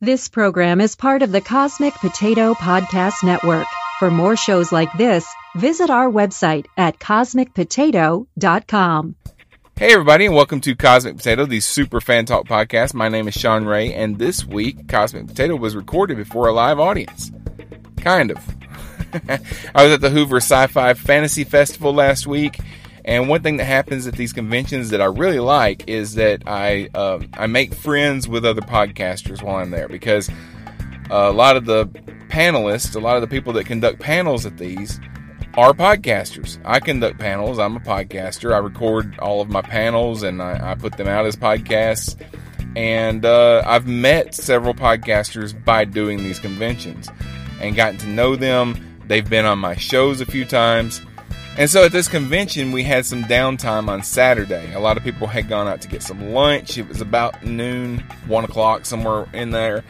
This program is part of the Cosmic Potato Podcast Network. For more shows like this, visit our website at cosmicpotato.com. Hey, everybody, and welcome to Cosmic Potato, the super fan talk podcast. My name is Sean Ray, and this week, Cosmic Potato was recorded before a live audience. Kind of. I was at the Hoover Sci Fi Fantasy Festival last week, and one thing that happens at these conventions that I really like is that I, um, I make friends with other podcasters while I'm there because a lot of the panelists, a lot of the people that conduct panels at these, are podcasters. I conduct panels. I'm a podcaster. I record all of my panels and I, I put them out as podcasts. And uh, I've met several podcasters by doing these conventions and gotten to know them. They've been on my shows a few times. And so at this convention, we had some downtime on Saturday. A lot of people had gone out to get some lunch. It was about noon, one o'clock, somewhere in there.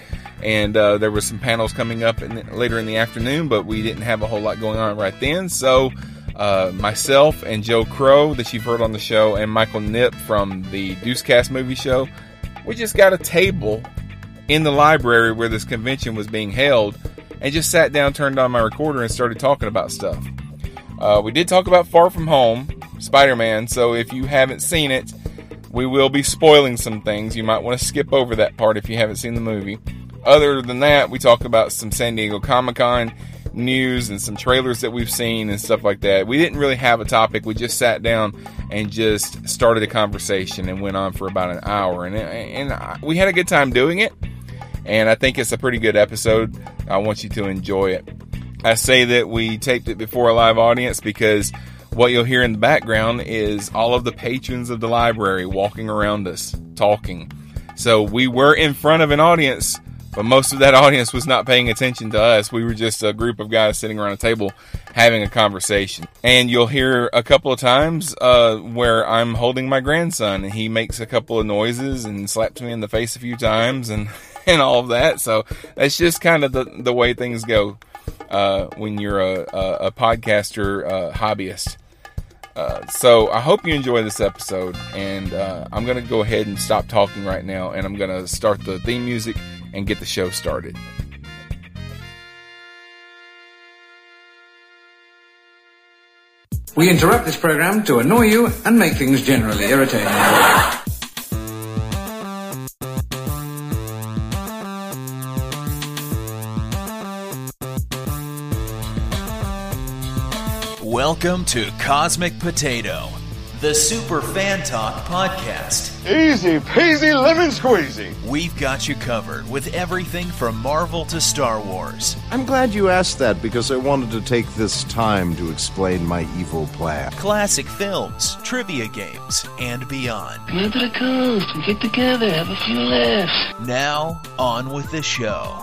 And uh, there were some panels coming up in the, later in the afternoon, but we didn't have a whole lot going on right then. So uh, myself and Joe Crow, that you've heard on the show, and Michael Nip from the Deucecast movie show, we just got a table in the library where this convention was being held and just sat down, turned on my recorder, and started talking about stuff. Uh, we did talk about Far From Home, Spider Man, so if you haven't seen it, we will be spoiling some things. You might want to skip over that part if you haven't seen the movie. Other than that, we talked about some San Diego Comic Con news and some trailers that we've seen and stuff like that. We didn't really have a topic. We just sat down and just started a conversation and went on for about an hour. And, and I- we had a good time doing it. And I think it's a pretty good episode. I want you to enjoy it. I say that we taped it before a live audience because what you'll hear in the background is all of the patrons of the library walking around us talking. So we were in front of an audience, but most of that audience was not paying attention to us. We were just a group of guys sitting around a table having a conversation. And you'll hear a couple of times uh, where I'm holding my grandson and he makes a couple of noises and slaps me in the face a few times and, and all of that. So that's just kind of the, the way things go uh, when you're a, a, a podcaster uh, hobbyist. Uh, so I hope you enjoy this episode, and uh, I'm going to go ahead and stop talking right now, and I'm going to start the theme music and get the show started. We interrupt this program to annoy you and make things generally irritating. Welcome to Cosmic Potato, the super fan talk podcast. Easy peasy lemon squeezy. We've got you covered with everything from Marvel to Star Wars, I'm glad you asked that because I wanted to take this time to explain my evil plan. classic films, trivia games, and beyond. Come to the coast. We get together, have a few laughs. Now, on with the show.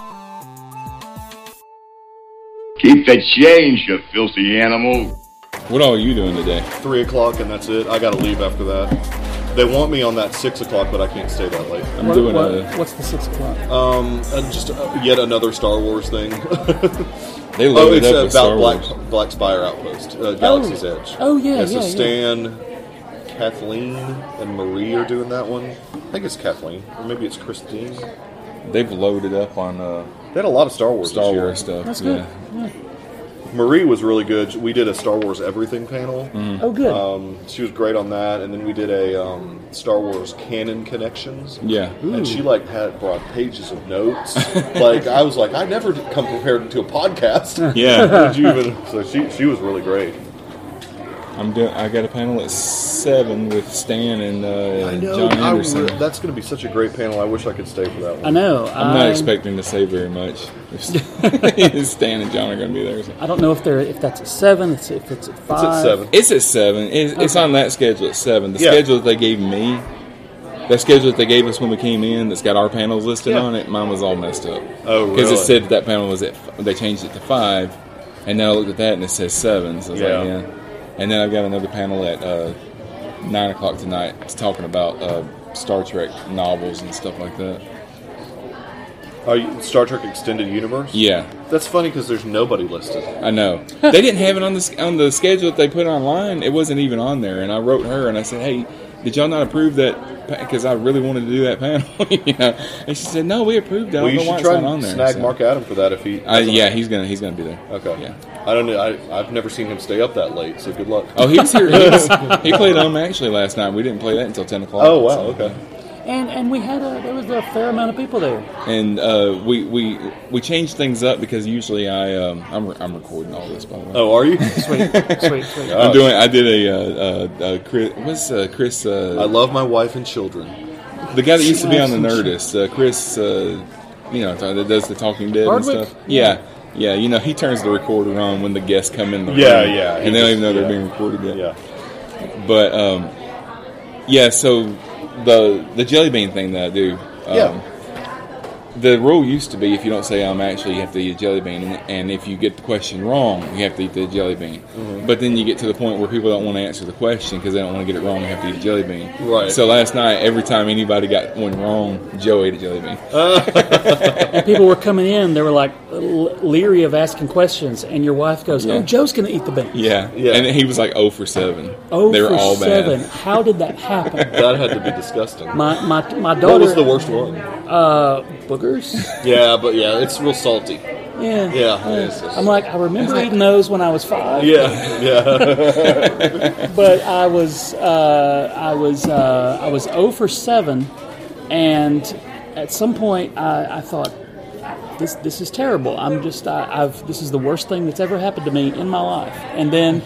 Keep the change, you filthy animal. What all are you doing today? three o'clock and that's it. I gotta leave after that. They want me on that six o'clock, but I can't stay that late. I'm What- doing what- a. what's the six o'clock? Um, and just uh, yet another Star Wars thing. They oh, loaded it's up about with Star Black Wars. Black Spire Outpost, uh, Galaxy's Edge. Oh, yeah, So yeah, yeah. Stan, Kathleen, and Marie are doing that one. I think it's Kathleen, or maybe it's Christine. They They've loaded up on uh, had a lot of Star Wars. Star this year. Wars stuff. That's yeah. good. Marie was really good. We did a Star Wars everything panel. Oh, good. Um, she was great on that, and then we did a um, Star Wars canon connections. Yeah. And she like had brought pages of notes. like I was like, I never did come prepared to a podcast. Yeah. Did you even? So she she was really great. I'm doing. I got a panel at seven with Stan and uh, I know. John I Anderson. re- that's going to be such a great panel. I wish I could stay for that one. I know. Um, I'm not expecting to say very much. If Stan and John are going to be there. so. I don't know if they're if that's at seven, it's, if it's at It's Uh, five. at seven. It's at seven. It's, it's on that schedule at seven. The Yeah. schedule that they gave me, that schedule that they gave us when we came in, that's got our panels listed Yeah. on it. Mine was all messed up. Oh, Because really? it said that, that panel was at. f- They changed it to five, and then I looked at that and it says seven. So I was Yeah. like, yeah. And then I've got another panel at uh, nine o'clock tonight. It's talking about uh, Star Trek novels and stuff like that. Are you, Star Trek Extended Universe. Yeah, That's funny because there's nobody listed. I know. they didn't have it on the on the schedule that they put online. It wasn't even on there. And I wrote her and I said, "Hey, did y'all not approve that? Because I really wanted to do that panel. you know? And she said, no, we approved that. Well, I you don't know why should it's try not on and there. snag So- Mark Adam for that if he. Uh, yeah, he's gonna he's gonna be there. Okay. Yeah. I don't know. I, I've never seen him stay up that late, so good luck. Oh, he was here. He, was, he played home actually last night. We didn't play that until ten o'clock. Oh, wow. Okay. And and we had a there was a fair amount of people there. And uh, we we we changed things up because usually I um, I'm, re- I'm recording all this by the way. Oh, are you? Sweet, sweet, sweet. I'm doing. I did a uh, uh, uh, Chris. What's uh, Chris? Uh, I love my wife and children. The guy that used to be on the Nerdist, uh, Chris, uh, you know, that does the Talking Dead Hardwick? and stuff. Yeah, yeah, you know, he turns the recorder on when the guests come in the Yeah, room, yeah, he and they don't just- even know yeah. they're being recorded yet. Yeah. But um, yeah, so the the jelly bean thing that I do, um, Yeah. the rule used to be if you don't say I'm actually, you have to eat a jelly bean, and, and if you get the question wrong, you have to eat the jelly bean. But then you get to the point where people don't want to answer the question because they don't want to get it wrong. You have to eat a jelly bean. Right. So last night, every time anybody got one wrong, Joe ate a jelly bean. And people were coming in. They were like le- leery of asking questions. And your wife goes, Yeah. "Oh, Joe's going to eat the bean." yeah. Yeah. And he was like 0 for seven. Oh, they were for all seven. bad. How did that happen? That had to be disgusting. my my my daughter. What was the worst one? Uh, boogers. Yeah, but yeah, it's real salty. Yeah. Yeah, it is. I'm like, I remember eating those when I was five, Yeah, yeah. but I was, uh, I was, uh, I was 0 for seven, and at some point I, I thought, this, this is terrible. I'm just, I, I've, this is the worst thing that's ever happened to me in my life. And then,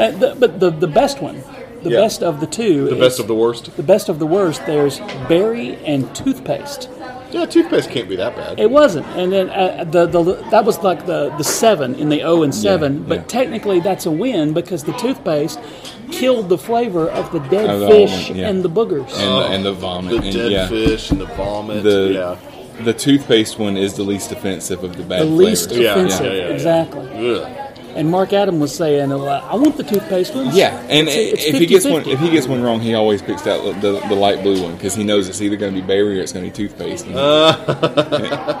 uh, the, but the, the best one, the Yeah. best of the two, the best of the worst. the best of the worst. There's berry and toothpaste. Yeah, toothpaste can't be that bad. It wasn't, and then uh, the, the that was like the the seven in the O and seven. but yeah. technically, that's a win because the toothpaste killed the flavor of the dead Of the fish almond, yeah. and the boogers. And, the, and the vomit. Oh, The and, dead yeah. fish and the vomit. The, yeah. the toothpaste one is the least offensive of the bad the least flavors. Yeah, yeah, offensive, yeah, yeah. exactly. Ugh. And Mark Adam was saying, "Well, I want the toothpaste ones." Yeah, and It's- it's if he gets 50-50. one, if he gets one wrong, he always picks out the, the light blue one because he knows it's either going to be berry or it's going to be toothpaste. Uh.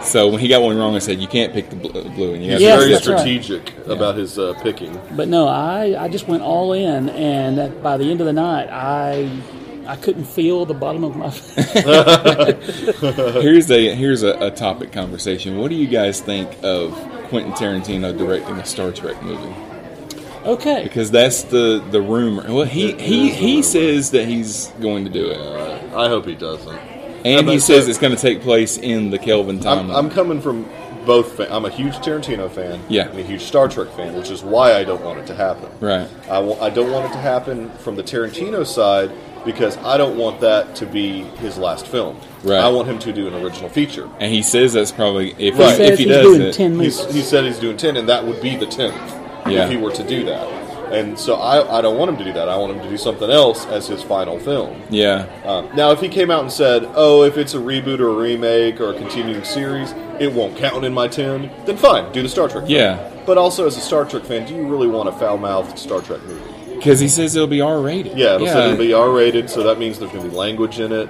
so when he got one wrong, I said, "You can't pick the bl- uh, blue one." You have He's to Yes, very that's right. strategic about his uh, picking. but no, I I just went all in, and that- by the end of the night, I. I couldn't feel the bottom of my. Here's a here's a, a topic conversation. What do you guys think of Quentin Tarantino directing a Star Trek movie? okay, Because that's the the rumor. Well, he he he says that he's going to do it, I hope he doesn't. and he but- says it's going to take place in the Kelvin I'm, timeline. I'm coming from both. Fa- I'm a huge Tarantino fan. Yeah. And a huge Star Trek fan, which is why I don't want it to happen. Right. I wa- I don't want it to happen from the Tarantino side because I don't want that to be his last film. Right. I want him to do an original feature. and he says that's probably if he Right. he, says if he he's does doing it, ten movies. He's, he said he's doing 10, and that would be the 10th Yeah. if he were to do that. And so I, I don't want him to do that. I want him to do something else as his final film. yeah. Uh, now, if he came out and said, "Oh, if it's a reboot or a remake or a continuing series, it won't count in my 10, then fine, do the Star Trek. Yeah. Thing. But also, as a Star Trek fan, do you really want a foul-mouthed Star Trek movie? Because he says it'll be R rated. Yeah, it'll, say it'll be R-rated, so that means there's going to be language in it.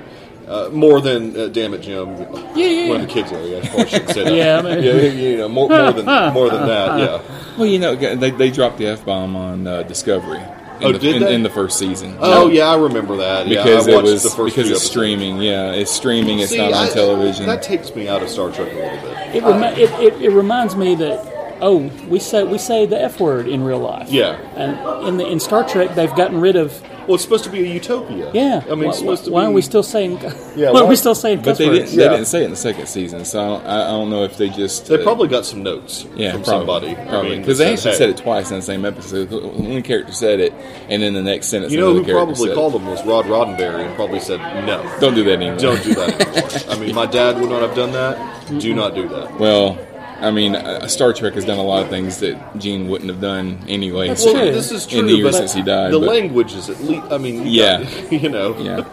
Uh, more than, uh, damn it, Jim. Yeah, yeah. One of the kids are. Yeah, I probably shouldn't say that. Yeah, I mean- yeah, you know, more, more than more than that. Yeah. Well, you know, they, they dropped the F bomb on uh, Discovery. In Oh, the, did in, they? in the first season. Oh yeah, I remember that. Yeah, Because I it watched was the first because few it's episodes. streaming. Yeah, it's streaming. It's See, not on I- television. That takes me out of Star Trek a little bit. It, remi- it, it, it reminds me that oh we say we say the f word in real life. Yeah. And in the in Star Trek they've gotten rid of Well, it's supposed to be a utopia. yeah. I mean, why, it's supposed to why be. are we still saying? Yeah, why are why- we still saying but cuss they words? didn't. Yeah. They didn't say it in the second season. So I don't, I I don't know if they just They uh, probably got some notes yeah from probably, somebody. I probably mean, because that they actually hey, said it twice in the same episode. One character said it, and then the next sentence. You know another who character probably said it. called them was Rod Roddenberry, and probably said no. Don't do that anymore. Don't do that anymore. I mean, my dad would not have done that. Do not do that. Well, I mean, uh, Star Trek has done a lot of things that Gene wouldn't have done anyway. That's Well, true. This is true. In the years but since he died, the but- language is at least. I mean, you Yeah. got- you know. Yeah,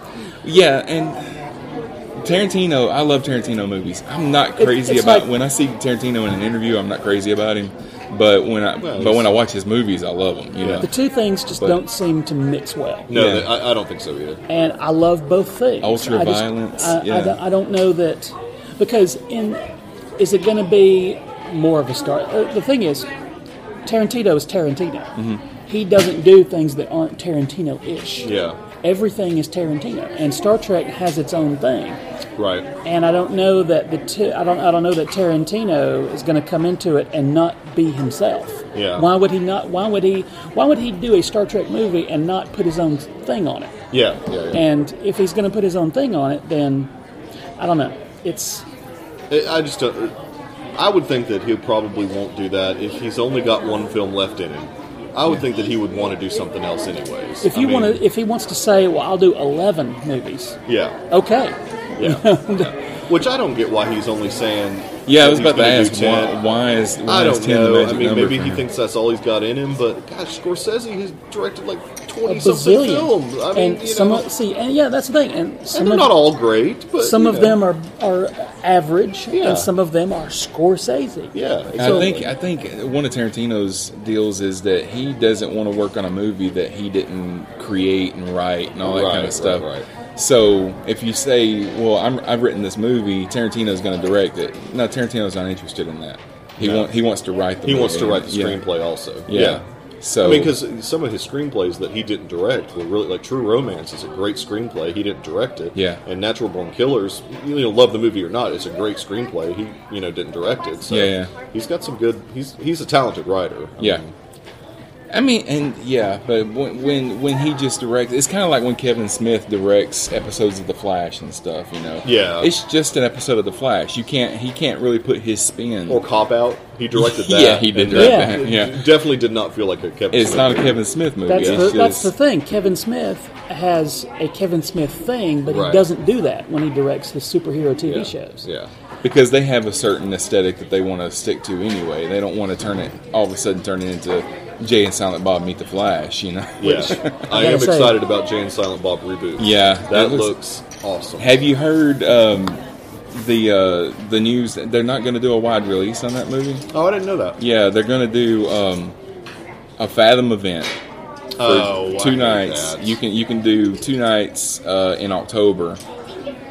yeah, and Tarantino. I love Tarantino movies. I'm not crazy it's about like- when I see Tarantino in an interview. I'm not crazy about him, but when I Well, but when he's- I watch his movies, I love them. You Yeah. know. The two things just But- don't seem to mix well. No, Yeah. they- I, I don't think so either. and I love both things. Ultra I just- violence, I, I yeah. don't, I don't know that because in is it going to be more of a star? Uh, the thing is, Mm-hmm. Tarantino is Tarantino. He doesn't do things that aren't Tarantino-ish. Yeah. everything is Tarantino, and Star Trek has its own thing. Right. And I don't know that the t- I don't I don't know that Tarantino is going to come into it and not be himself. Yeah. Why would he not? Why would he? Why would he do a Star Trek movie and not put his own thing on it? Yeah. Yeah. yeah. And if he's going to put his own thing on it, then I don't know. It's I I just don't. I would think that he probably won't do that if he's only got one film left in him. I would think that he would want to do something else, anyways. if I you want mean, to if he wants to say, well, I'll do eleven movies. yeah, Okay. yeah. Which I don't get why he's only saying. Yeah, I that was he's about to gonna do ask 10. why, why is why I is don't ten the know. I magic mean, number maybe for he him? thinks that's all he's got in him. But gosh, Scorsese has directed like twenty A something bazillion. films. I mean, and you some know, of- see, and yeah, that's the thing. And some and they're of, not all great, but some you of know. them are are average, Yeah. and some of them are Scorsese. Yeah, I so- think I think one of Tarantino's deals is that he doesn't want to work on a movie that he didn't create and write and all that Right, kind right, of stuff. right. So if you say, "Well, I'm, I've written this movie," Tarantino's going to direct it. No, Tarantino's not interested in that. He No. want, he wants to write the he movie. wants to write the Yeah. screenplay also. Yeah. So I mean, because some of his screenplays that he didn't direct were really like True Romance is a great screenplay. He didn't direct it. Yeah. And Natural Born Killers, you know, love the movie or not, it's a great screenplay. He you know didn't direct it. So Yeah, yeah. He's got some good. He's he's a talented writer. I Yeah. mean, I mean, and yeah, but when when, when he just directs, it's kind of like when Kevin Smith directs episodes of The Flash and stuff. You know, Yeah. it's just an episode of The Flash. You can't he can't really put his spin. or Cop Out, he directed that. Yeah, he did and direct that- that, yeah. Definitely did not feel like a Kevin. it's Smith not a movie. Kevin Smith movie. That's, it's the, just, that's the thing. Kevin Smith has a Kevin Smith thing, but Right. he doesn't do that when he directs his superhero TV Yeah. shows. Yeah. because they have a certain aesthetic that they want to stick to anyway. They don't want to turn it all of a sudden turn it into Jay and Silent Bob meet the Flash. You know. Yeah. I gotta am say- excited about Jay and Silent Bob reboot. Yeah, That it looks- looks awesome. Have you heard um, the uh, the news? that They're not going to do a wide release on that movie. Oh, I didn't know that. Yeah, they're gonna do um, a Fathom event for Oh, I two hate nights. that. You can you can do two nights uh, in October.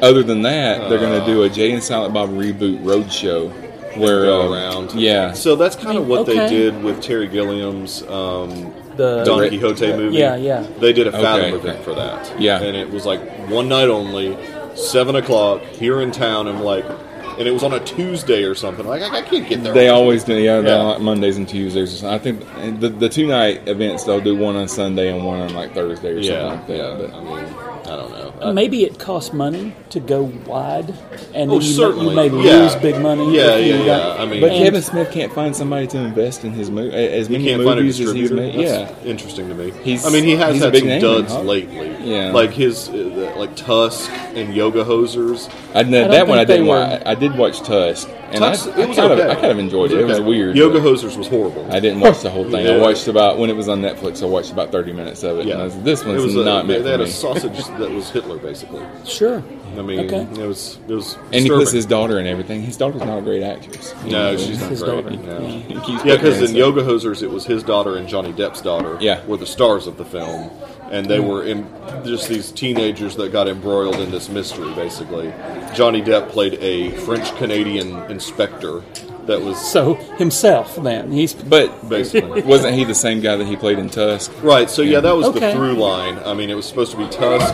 Other than that, they're Uh. gonna do a Jay and Silent Bob reboot road show where go um, around. Yeah, So that's kind of what they Okay. did with Terry Gilliam's um, The- Don Quixote movie. Yeah, yeah. They did a Fathom Okay, event okay. for that. Yeah. And it was like one night only, 7 o'clock, here in town. I'm like, and it was on a Tuesday or something. Like, I, I can't get there. they always do. Yeah, they're Yeah. on, like Mondays and Tuesdays. Or something. I think the, the two night events they'll do one on Sunday and one on like Thursday or something Yeah, like that. yeah. but- I mean, I don't know. I- Uh, Maybe it costs money to go wide, and Oh, then you, may, certainly. you may Yeah. lose big money. Yeah, if you yeah, got- yeah. I mean- But and- Kevin Smith can't find somebody to invest in his movie as He many can't find a movies as he's distributor. made. That's Yeah, interesting to me. He's- I mean, he has he's a had big some name, duds huh? lately. Yeah. like his uh, the- like Tusk and Yoga Hosers. I, no, don't that one think I they didn't. were- Watch. I did watch Tusk, and Tusk- I, I kind of, okay. I kind of enjoyed it. It was okay. weird. Yoga but Hosers was horrible. I didn't watch the whole thing. I Yeah. watched about when it was on Netflix. I watched about thirty minutes of it. And I was, this It one's was a- not They, meant for they had me. a sausage that was Hitler, basically. sure. I mean, Okay. it was it was. and he disturbing. puts his daughter in everything. His daughter's not a great actress. No, she's not His daughter, great. No. He keeps Yeah, putting her because in stuff. Yoga Hosers, it was his daughter and Johnny Depp's daughter. Yeah. Hmm. were the stars of the film, and they were in just these teenagers that got embroiled in this mystery. Basically, Johnny Depp played a French Canadian inspector that was So himself, then he's but basically wasn't he the same guy that he played in Tusk? Right, so yeah, that was the Okay. through line. I mean, it was supposed to be Tusk,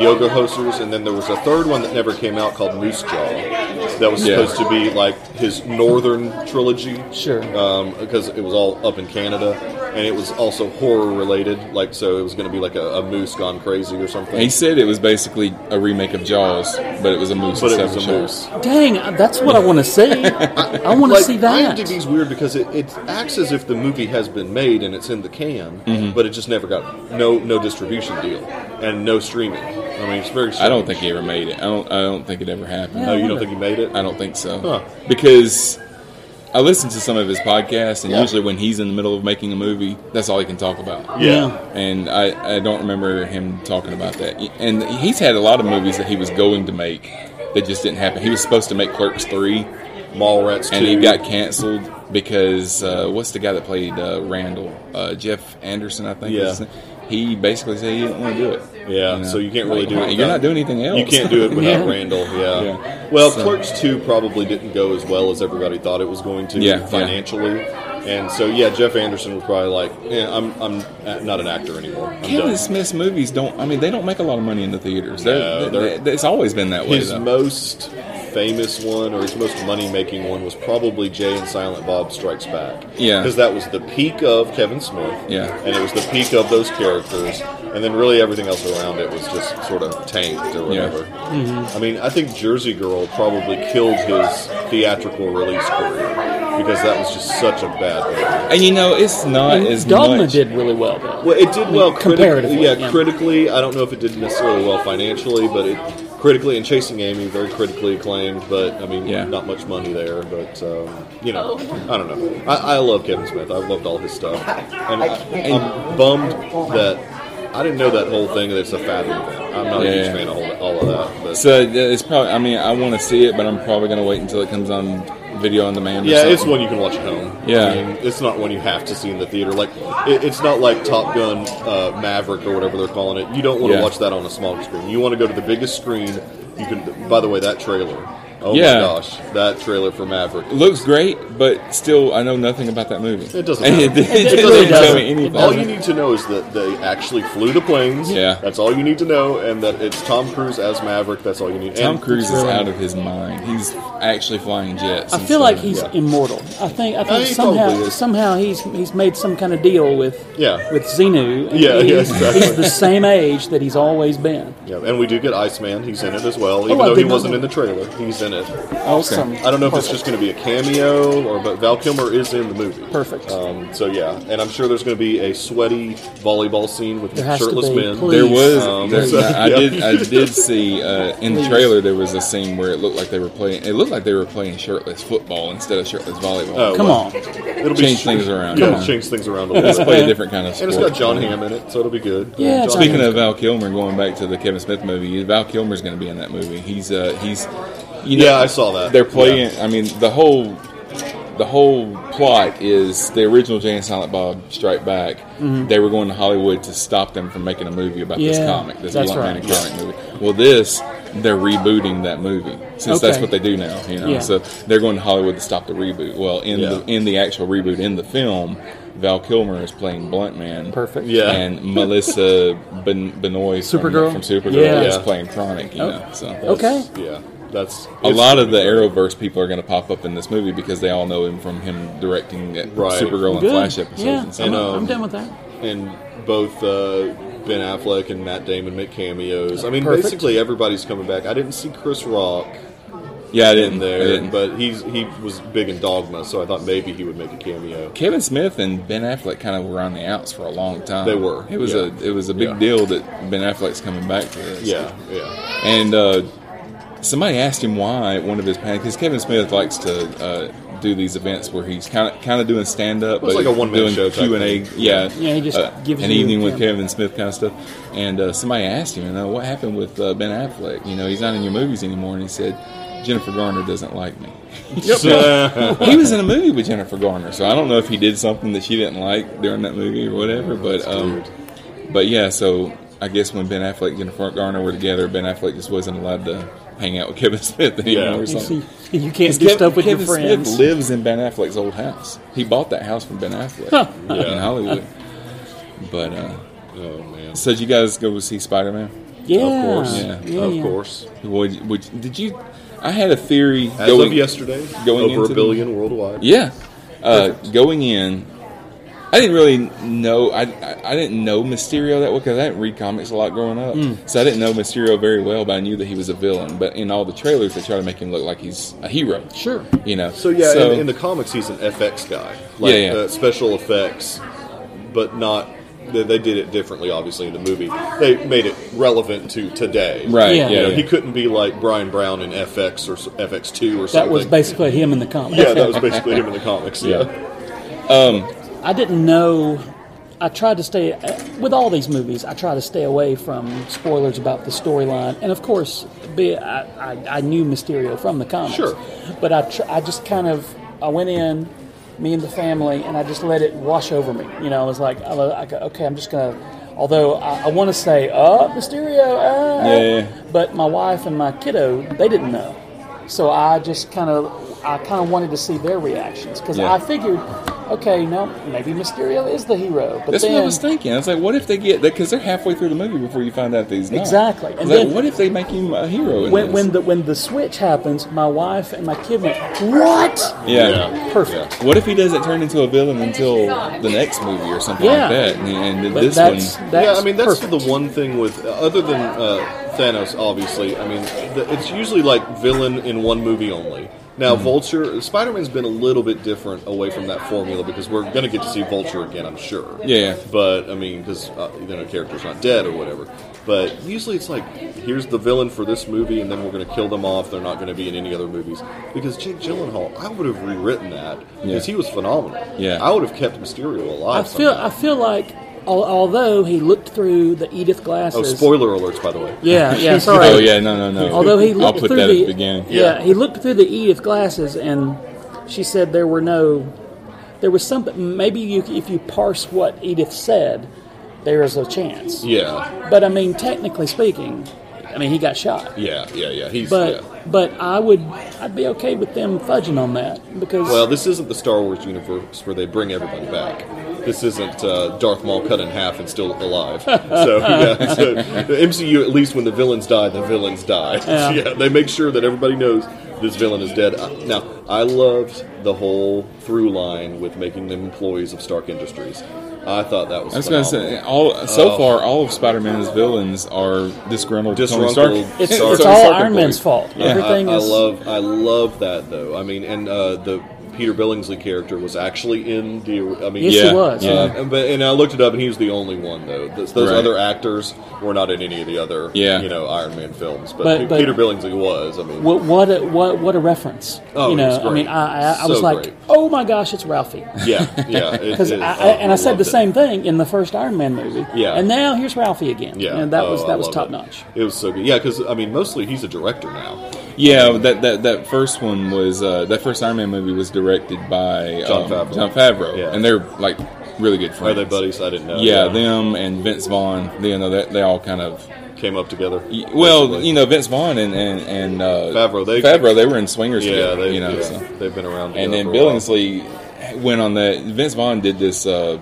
Yoga Hosers, and then there was a third one that never came out called Moose Jaw. That was Yeah. supposed to be like his northern trilogy. Sure. Um, because it was all up in Canada, and it was also horror related. Like, so it was going to be like a, a moose gone crazy or something. He said it was basically a remake of Jaws, but it was a moose. but it instead of was a shark. moose. dang. That's what I want to see. I, want to Like, see that. IMDb's weird because it, it acts as if the movie has been made and it's in the can, Mm-hmm. but it just never got no no distribution deal and no streaming. I mean, it's very. Strange. I don't think he ever made it. I don't. I don't think it ever happened. Yeah, No, I you don't wonder. think he made it? I don't think so. Huh. Because I listen to some of his podcasts, and Yeah. usually when he's in the middle of making a movie, that's all he can talk about. Yeah. And I, I don't remember him talking about that. And he's had a lot of movies that he was going to make that just didn't happen. He was supposed to make Clerks 3, Mallrats 2. and he got canceled because uh, what's the guy that played uh, Randall? Uh, Jeff Anderson, I think. is Yeah. his name. He basically said he didn't want to do it. Yeah, so you can't really do You're it. without- not doing anything else. You can't do it without Randall. Yeah. Yeah. Well, So- Clerks Two probably didn't go as well as everybody thought it was going to Yeah, yeah. financially, and so yeah, Jeff Anderson was probably like, eh, I'm I'm uh, not an actor anymore. I'm Kevin done." Smith's movies don't. I mean, they don't make a lot of money in the theaters. No, They're, they they're- it's always been that way. His though. most famous one, or his most money-making one, was probably Jay and Silent Bob Strikes Back. Yeah. because that was the peak of Kevin Smith. Yeah. and it was the peak of those characters, and then really everything else around it was just sort of tanked or Yeah. whatever. I mean, I think Jersey Girl probably killed his theatrical release career because that was just such a bad movie. and you know, it's not as Dogma much. did really well though. Well, it did well comparatively, critically. Yeah, yeah. critically. I don't know if it did necessarily well financially, but it critically and Chasing Amy very critically acclaimed. But I mean, Yeah. not much money there. But um, you know, I don't know. I, I love Kevin Smith. I've loved all his stuff, and I, I'm bummed that I didn't know that whole thing. That it's a Fathom event. I'm not a huge Yeah. fan of all, all of that. But So th- it's probably. I mean, I want to see it, but I'm probably going to wait until it comes on video on demand. Or Yeah, it's something. one you can watch at home. Yeah. I mean, it's not one you have to see in the theater. Like, it, it's not like Top Gun uh, Maverick or whatever they're calling it. You don't want to Yeah. watch that on a smaller screen. You want to go to the biggest screen you can. By the way, that trailer. Oh Yeah. my gosh, that trailer for Maverick. looks great, but still, I know nothing about that movie. It doesn't And matter. it, it It doesn't really tell doesn't. me anything. All you need to know is that they actually flew the planes. Yeah. That's all you need to know, and that it's Tom Cruise as Maverick. That's all you need. Tom And- Cruise is out of his mind. He's actually flying jets. I and feel like stuff. he's yeah. immortal. I think I think he somehow probably is. somehow he's he's made some kind of deal with Yeah. with Xenu. and Yeah, yeah, he's, exactly. he's the same age that he's always been. Yeah, and we do get Iceman. He's in it as well, even Oh, I though did he not wasn't know. in the trailer. He's in it. Awesome. I don't know if it's just going to be a cameo or, but Val Kilmer is in the movie. Perfect. Um, so yeah, and I'm sure there's going to be a sweaty volleyball scene with There has to shirtless be, men. please. There was. Um, there- so- I yeah. did. I did see uh, in the trailer there was a scene where it looked like they were playing. It looked like they were playing shirtless football instead of shirtless volleyball. Oh, Come well, on. It'll Change things around. Yeah, Come on. change things around a little. Let's bit. play a different kind of sport. And it's got John Hamm in it, so it'll be good. Yeah, Um, John Speaking Hamm. of Val Kilmer, going back to the Kevin Smith movie, Val Kilmer's going to be in that movie. He's uh, he's you know Yeah, I saw that. they're playing. I mean the whole the whole plot is the original Jay and Silent Bob Strike Back. Mm-hmm. They were going to Hollywood to stop them from making a movie about this Yeah, comic, this that's Black right. Manic comic movie. Well, this they're rebooting that movie since that's Okay. what they do now. You know, Yeah. so they're going to Hollywood to stop the reboot. Well, in the Yeah. in the actual reboot in the film. Val Kilmer is playing Blunt Man. Perfect. Yeah. And Melissa ben- Benoist Supergirl? from, from Supergirl Yeah. is Yeah. playing Chronic. You Oh. know, so Okay. yeah, that's a lot of the Arrowverse people are going to pop up in this movie because they all know him from him directing that Right. Supergirl and Good. Flash episodes yeah, and stuff. I'm, And, um, I'm done with that. and both uh, Ben Affleck and Matt Damon make cameos. I mean, Perfect. basically everybody's coming back. I didn't see Chris Rock yeah, I didn't. in I there, didn't. but he's he was big in Dogma, so I thought maybe he would make a cameo. Kevin Smith and Ben Affleck kind of were on the outs for a long time. They were, It was yeah. a it was a big Yeah. deal that Ben Affleck's coming back to this. Yeah, yeah. And uh, somebody asked him why at one of his panels because Kevin Smith likes to uh, do these events where he's kind of kind of doing stand up, Well, it's but like a one-man doing show type Q and A. thing. Yeah, Yeah, he just uh, gives an you- evening with yeah. Kevin Smith kind of stuff. And uh, somebody asked him, you know, what happened with uh, Ben Affleck? You know, he's not in your movies anymore. And he said, Jennifer Garner doesn't like me. he was in a movie with Jennifer Garner, so I don't know if he did something that she didn't like during that movie or whatever. But um, but yeah, so I guess when Ben Affleck and Jennifer Garner were together, Ben Affleck just wasn't allowed to hang out with Kevin Smith anymore. Yeah. Or You You, something. see, you can't do Kev- stuff with Kevin your friends. Smith lives in Ben Affleck's old house. He bought that house from Ben Affleck in Hollywood. But uh, Oh man. so did you guys go see Spider Man? yeah, Of course. yeah, of yeah. course. Would, would, did you? I had a theory As of yesterday, going over into a the- billion worldwide. Yeah, uh, going in, I didn't really know. I, I, I didn't know Mysterio that well because I didn't read comics a lot growing up, Hmm. so I didn't know Mysterio very well. But I knew that he was a villain. But in all the trailers, they try to make him look like he's a hero. Sure. you know. So yeah, in, in the comics, he's an FX guy, like Yeah, yeah. Uh, special effects, but not. They, they did it differently, obviously, in the movie. They made it relevant to today. right. Yeah, Yeah. You know, yeah. he couldn't be like Brian Brown in FX or FX two or That something. was basically him in the comic. yeah, that was basically him in the comics. Yeah, I didn't know. I tried to stay uh, with all these movies. I try to stay away from spoilers about the storyline, and of course, be, I, I, I knew Mysterio from the comics. Sure. but I tr- I just kind of I went in, me and the family, and I just let it wash over me. You know, I was like, I, lo- I go, okay, I'm just gonna Although I, I want to say, oh, Mysterio, ah, Yeah, yeah. but my wife and my kiddo, they didn't know. So I just kind of, I kind of wanted to see their reactions because Yeah. I figured, okay, no, maybe Mysterio is the hero. But That's then, what I was thinking. I was like, what if they get because they're halfway through the movie before you find out that he's not. Exactly. I And was like, then- what if they make him a hero? In when, this? when the when the switch happens, my wife and my kid went, what? yeah. Perfect. What if he doesn't turn into a villain until the next movie or something Yeah. like that? And, and But this that's, one, that's yeah, I mean that's perfect. the one thing with other than uh, Thanos, obviously. I mean, the, it's usually like villain in one movie only. Now, Hmm. Vulture, Spider-Man's been a little bit different away from that formula because we're going to get to see Vulture again, I'm sure. Yeah. But I mean, because uh, you know, character's not dead or whatever. But usually, it's like here's the villain for this movie, and then we're going to kill them off. They're not going to be in any other movies because Jake Gyllenhaal, I would have rewritten that because Yeah. he was phenomenal. Yeah. I would have kept Mysterio I alive. feel somehow. I feel like al- although he looked through the Edith glasses. Oh, spoiler alerts, by the way. Yeah, yeah, sorry. oh yeah, no, no, no. Although he looked I'll put through that the, at the beginning. Yeah. Yeah. he looked through the Edith glasses, and she said there were no. There was something. Maybe you, if you parse what Edith said, there is a chance. Yeah, But I mean, technically speaking, I mean he got shot. yeah, yeah, yeah. He's But yeah. but I would I'd be okay with them fudging on that because Well, this isn't the Star Wars universe where they bring everybody back. This isn't uh, Darth Maul cut in half and still alive. So yeah, so the MCU at least when the villains die, the villains die. Yeah, they make sure that everybody knows this villain is dead. Uh, Now, I loved the whole through line with making them employees of Stark Industries. I thought that was. I was going to phenomenal. say, all so Oh. far, all of Spider-Man's villains are disgruntled. Tony Disgruntled Stark. it's, Stark. it's Tony all Stark Iron employees. Man's fault. Yeah. Everything I, is I love I love that though. I mean, and uh, the Peter Billingsley character was actually in the. I mean, Yes, he Yeah, was. Yeah. Uh, but, and I looked it up, and he was the only one though. Those, those Right. other actors were not in any of the other, Yeah. you know, Iron Man films. But, But- Pe- but- Peter Billingsley was. I mean, What what a, what what a reference! Oh, you know, it's I mean, great. I I, I So was like, great. oh my gosh, it's Ralphie. yeah, yeah. it Because is. I, Oh, I, and I said loved the it. same thing in the first Iron Man movie. Yeah. And now here's Ralphie again. Yeah, And that Oh, was I that was love top it. notch. It was so good. Yeah, because I mean, mostly he's a director now. Yeah, that, that that first one was uh, that first Iron Man movie was directed by Jon um, Favreau. Jon Favreau, Yeah. and they're like really good Are friends. they buddies? I didn't know. Yeah, them and Vince Vaughn. You know, they, they all kind of. came up together. y- Well, basically. you know, Vince Vaughn and and, and uh, Favreau, they- Favreau, they were in Swingers. yeah, together, they, you know. yeah, so. they've been around. And together then for a while. Billingsley went on the Vince Vaughn did this uh,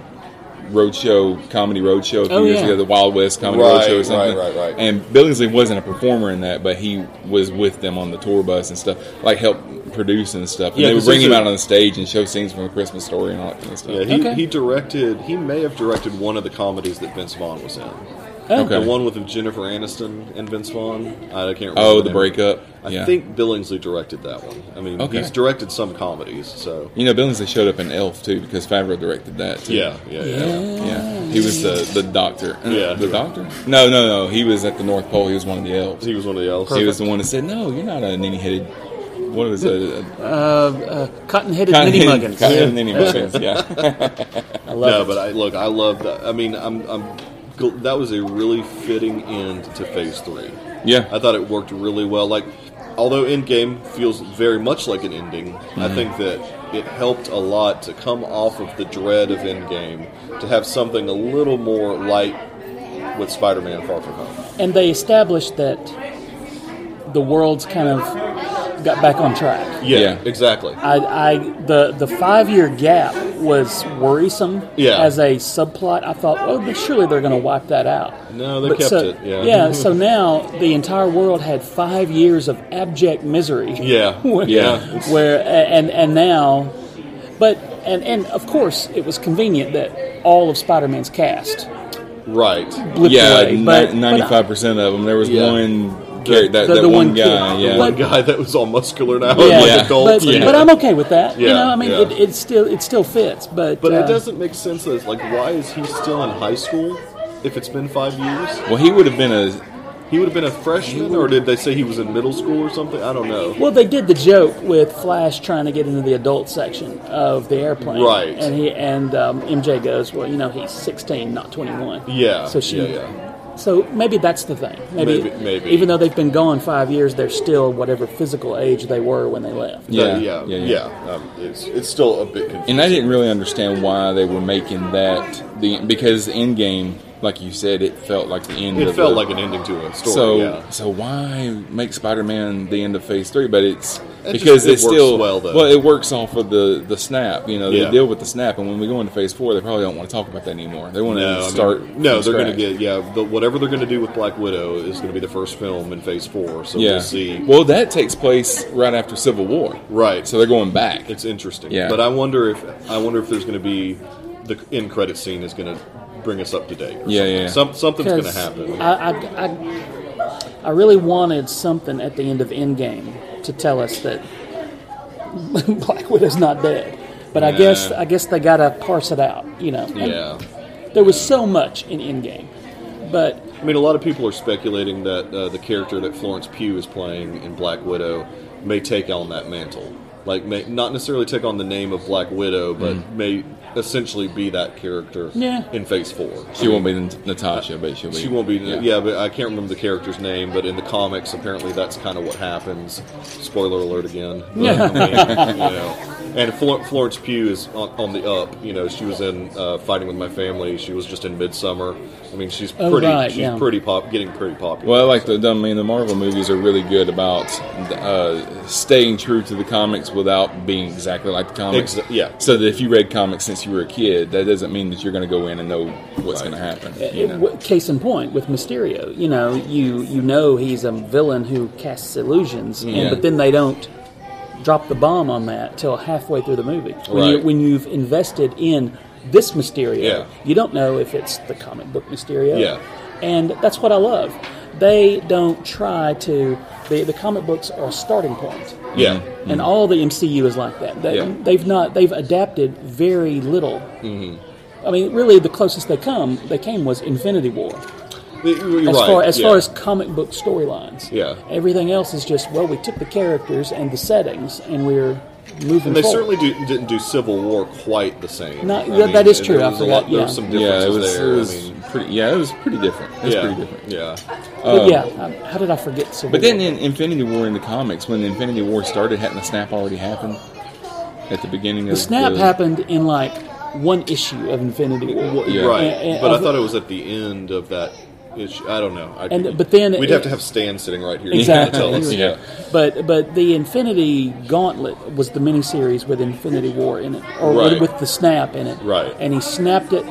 roadshow comedy roadshow a few Oh, years yeah. ago, the Wild West comedy Right, roadshow or something. right, right, right. And Billingsley wasn't a performer in that, but he was with them on the tour bus and stuff, like helped produce and stuff. And Yeah, they would 'cause bring these him are- out on the stage and show scenes from the Christmas story and all that kind of stuff. Yeah, he, Okay. he directed. He may have directed one of the comedies that Vince Vaughn was in. Okay. The one with Jennifer Aniston and Vince Vaughn. I can't. remember Oh, the name. breakup. I Yeah. think Billingsley directed that one. I mean, Okay. he's directed some comedies. So You know, Billingsley showed up in Elf too because Favreau directed that too. yeah, yeah, yeah. Yeah, he was the the doctor. Yeah. the doctor. No, no, no. He was at the North Pole. He was one of the elves. He was one of the elves. He was the one that said, "No, you're not a ninny-headed." What was it? Cotton Cotton headed Uh, mini headed- muggins. cotton headed ninny muggins. Yeah. I love No, it. but I look. I love that. I mean, I'm. I'm gl- that was a really fitting end to Phase Three. I Yeah. thought it worked really well. Like, although Endgame feels very much like an ending, Mm-hmm. I think that it helped a lot to come off of the dread of Endgame to have something a little more light with Spider-Man: Far From Home. and they established that the world's kind of got back on track. Yeah, Yeah. exactly. I, I the the five year gap was worrisome Yeah. as a subplot. I thought, oh, but surely they're going to wipe that out. No, they But kept so, it. Yeah, so now the entire world had five years of abject misery. yeah, where, yeah. where a- and and now, but and and of course it was convenient that all of Spider-Man's cast Right. blipped away. Yeah. but Ninety-five percent of them. There was Yeah. one. Character, that, the- that the one one guy. kid. Yeah. The One But- guy that was all muscular now, but, yeah, like Yeah. adult. but, Oh, yeah. but I'm okay with that. you Yeah, know, I mean, yeah. it, it still it still fits, but But uh, it doesn't make sense. That it's like, why is he still in high school if it's been five years? Well, he would have been a. He would have been a freshman, or did they say he was in middle school or something? I don't know. Well, they did the joke with Flash trying to get into the adult section of the airplane, Right. And he and um, MJ goes, "Well, you know, he's 16, not 21." Yeah. So she, Yeah, yeah. so maybe that's the thing. Maybe, Maybe- maybe. even though they've been gone five years, they're still whatever physical age they were when they left. Yeah. yeah, Yeah, yeah. yeah. Um, it's, it's still a bit confusing. And I didn't really understand why they were making that the because Endgame like you said, it felt like the end. It of felt the- like an ending to a story. so yeah. so why make Spider-Man the end of Phase Three? But it's It just- because it it's works still well, though. it works off of the the snap. You know, Yeah. they deal with the snap, and when we go into Phase Four, they probably don't want to talk about that anymore. They want No, I to mean, start. no, from they're going to scratch. get yeah. The, whatever they're going to do with Black Widow is going to be the first film in Phase Four. So yeah. we'll see. Well, that takes place right after Civil War, Right. So they're going back. It's interesting. Yeah. But I wonder if I wonder if there's going to be the end credit scene is going to bring us up to date. or Yeah, yeah. something. Some, something's going to Because happen. I, I, I, I really wanted something at the end of Endgame to tell us that Black Widow's not dead. But I guess Yeah. I guess they gotta parse it out, you know. And yeah. There was so much in Endgame, but I mean, a lot of people are speculating that uh, the character that Florence Pugh is playing in Black Widow may take on that mantle. Like, may not necessarily take on the name of Black Widow, but may essentially be that character Yeah. in Phase Four. she won't be N- Natasha, but she'll be. She won't be. Yeah. but I can't remember the character's name. But in the comics, apparently that's kind of what happens. Spoiler alert again. Yeah. And Flor- Florence Pugh is on, on the up. You know, she was in uh, Fighting with My Family. She was just in Midsummer. I mean, she's Oh, pretty. right, she's yeah. pretty pop, getting pretty popular. Well, I like the. I mean, the Marvel movies are really good about uh, staying true to the comics without being exactly like the comics. Exa- yeah. So that if you read comics since you were a kid, that doesn't mean that you're going to go in and know what's Right. going to happen. it- You know? w- case in point with Mysterio, you know, you you know he's a villain who casts illusions, and, Yeah. but then they don't drop the bomb on that till halfway through the movie. When, you, Right. when you've invested in this Mysterio, Yeah. you don't know if it's the comic book Mysterio. Yeah. and that's what I love. They don't try to. The, the comic books are a starting point. yeah. And all the MCU is like that. They, Yeah. They've not. They've adapted very little. Mm-hmm. I mean, really, the closest they come they came was Infinity War. You're As right, far as yeah. far as comic book storylines, Yeah. Everything else is just well, we took the characters and the settings, and we're moving. And they certainly forward. do, didn't do Civil War quite the same. Not- yeah, that is true, There I was, forgot, there yeah. was some yeah, differences it was, there. it was I mean, pretty. Yeah, it was pretty different. It was yeah, pretty different. yeah. But yeah, um, how did I forget? Civil But then War? in Infinity War in the comics, when the Infinity War started, hadn't the snap already happened at the beginning the of snap the, happened in like one issue of Infinity War. Yeah. Right, And- and- but of- I thought it was at the end of that. Issue. I don't know. I, And- but then we'd it- have to have Stan sitting right here Exactly. to tell us. Yeah. But but the Infinity Gauntlet was the miniseries with Infinity War in it, or with- Right. with, the snap in it. Right. And he snapped it.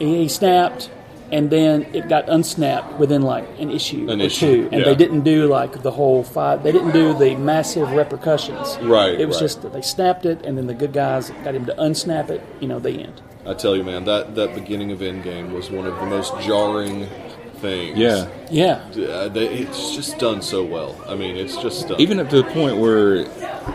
He he snapped, and then it got unsnapped within like an issue An or issue, two. And yeah. they didn't do like the whole five. They didn't do the massive repercussions. Right, It was right. just that they snapped it, and then the good guys got him to unsnap it. You know, the end. I tell you, man, that that beginning of Endgame was one of the most jarring things. Yeah. Yeah. Uh, they, it's just done so well. I mean, it's just done. even up to the point where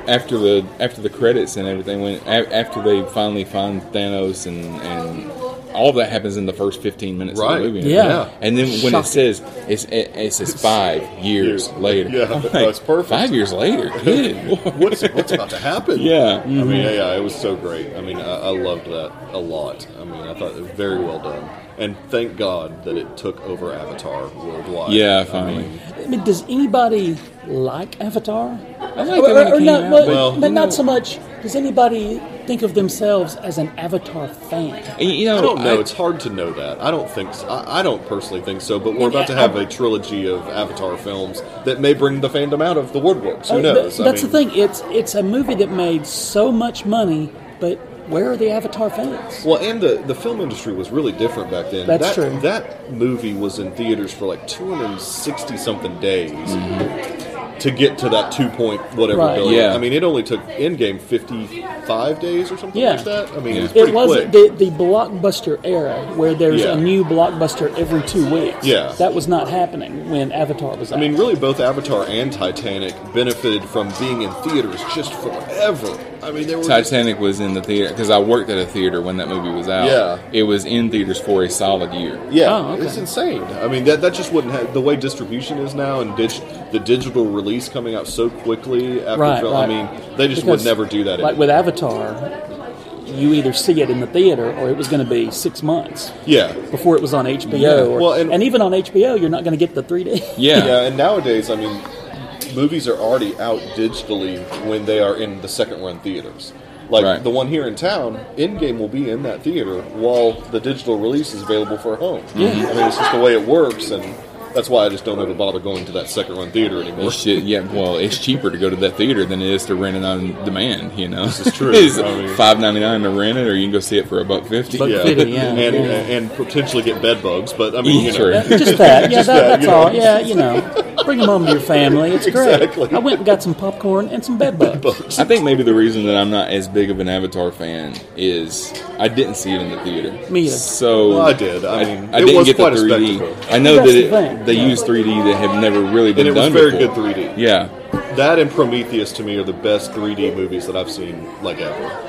after the after the credits and everything when a- after they finally find Thanos and and all that happens in the first 15 minutes of Right. the movie Yeah. and then when Shocking. it says it's it, it says five years later Yeah, I'm like, that's perfect. five years later good lord. what's what's about to happen? yeah I Mm-hmm. mean, yeah, yeah, it was so great. I mean, I, I loved that a lot. I mean, I thought it was very well done, and thank God that it took over Avatar worldwide. yeah I mean, finally I mean, does anybody like Avatar? I liked it when it came not, out, well, Well, but not no. so much. Does anybody think of themselves as an Avatar fan? And, you know I don't know. I- it's hard to know that. I don't think. So. I, I don't personally think so. But we're about to have a trilogy of Avatar films that may bring the fandom out of the woodworks. Who Uh, knows? th- that's the thing. It's it's a movie that made so much money, but where are the Avatar fans? Well, and the, the film industry was really different back then. that, That's true. That movie was in theaters for like 260 something days to get to that two point whatever Mm-hmm. Right. billion. Yeah. I mean, it only took Endgame 55 days or something Yeah. like that. I mean, it was pretty It was quick. the, the blockbuster era where there's Yeah. a new blockbuster every two weeks. Yeah. That was not happening when Avatar was I out. mean, really, both Avatar and Titanic benefited from being in theaters just forever. I mean, they were just- Titanic was in the theater because I worked at a theater when that movie was out. Yeah. it was in theaters for a solid year. Yeah, Oh, okay. it's insane. I mean, that that just wouldn't have the way distribution is now and dig, the digital release coming out so quickly after Right, film. right. I mean, they just Because, would never do that. anymore. Like with Avatar, you either see it in the theater or it was going to be six months. yeah. before it was on HBO. Yeah, Or, well, and- and, even on HBO, you're not going to get the 3D. Yeah, yeah, and nowadays, I mean, movies are already out digitally when they are in the second run theaters. Like Right. the one here in town, Endgame will be in that theater while the digital release is available for home. I mean, it's just the way it works, and that's why I just don't ever bother going to that second run theater anymore. Well, shit, yeah. Well, it's cheaper to go to that theater than it is to rent it on demand. You know, this is true. it's I mean- five ninety nine to rent it, or you can go see it for a buck fifty. Buck Yeah, Fitty, yeah, and, yeah. and potentially get bed bugs, but I mean, you Sure. know, Just that. Yeah, Just that, that, that's you know. all. Yeah, you know. Bring them home to your family. It's great. Exactly. I went and got some popcorn and some bed bugs. I think maybe the reason that I'm not as big of an Avatar fan is I didn't see it in the theater. Me either. So Well, I did. I mean, it didn't was get quite a the 3D. spectacle. I know That's the that thing. it, they use 3D that have never really been and it done was very before. good 3D. Yeah, That and Prometheus to me are the best 3D movies that I've seen like ever.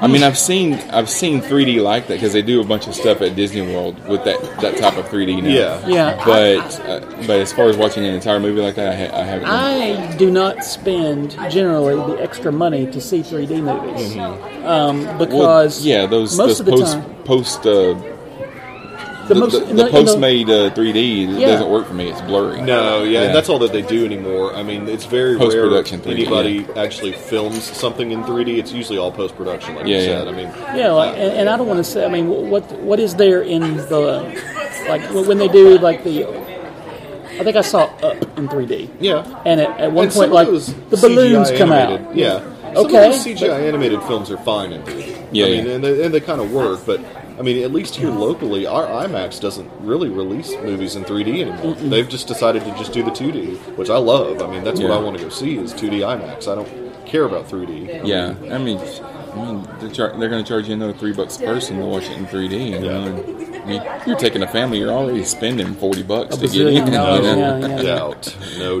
I mean, I've seen I've seen 3D like that because they do a bunch of stuff at Disney World with that that type of 3D now. Yeah. Yeah. But uh, but as far as watching an entire movie like that, I, ha- I haven't. I do not spend generally the extra money to see 3D movies um, Well, because yeah, those, most those of the post time post uh, the, the, most the, in the in Postmate uh, 3D Yeah. doesn't work for me. It's blurry. No, yeah, Yeah. and that's all that they do anymore. I mean, it's very rare Post-production 3D, anybody actually films something in 3D. It's usually all post production, like Yeah, you yeah. said. I mean, uh, Yeah, like, and, and I don't want to say. I mean, wh- what what is there in the like wh- when they do like the? I think I saw Up in 3D. yeah. And at, at one And some point, of like those the CGI balloons come animated- out. Yeah. Okay. Some of those CGI animated films are fine in 3D. Yeah, I mean, yeah. and they, and they kind of work, but I mean, at least here locally, our IMAX doesn't really release movies in 3D anymore. They've just decided to just do the 2D, which I love. I mean, that's Yeah. what I want to go see is 2D IMAX. I don't care about 3D. Yeah, I mean, I mean they're, char- they're going to charge you another three bucks a person to watch it in 3D. You know? and, I mean, you're taking a family, you're already spending 40 bucks to get in. bazillion you dollars, know? yeah, yeah. Doubt, no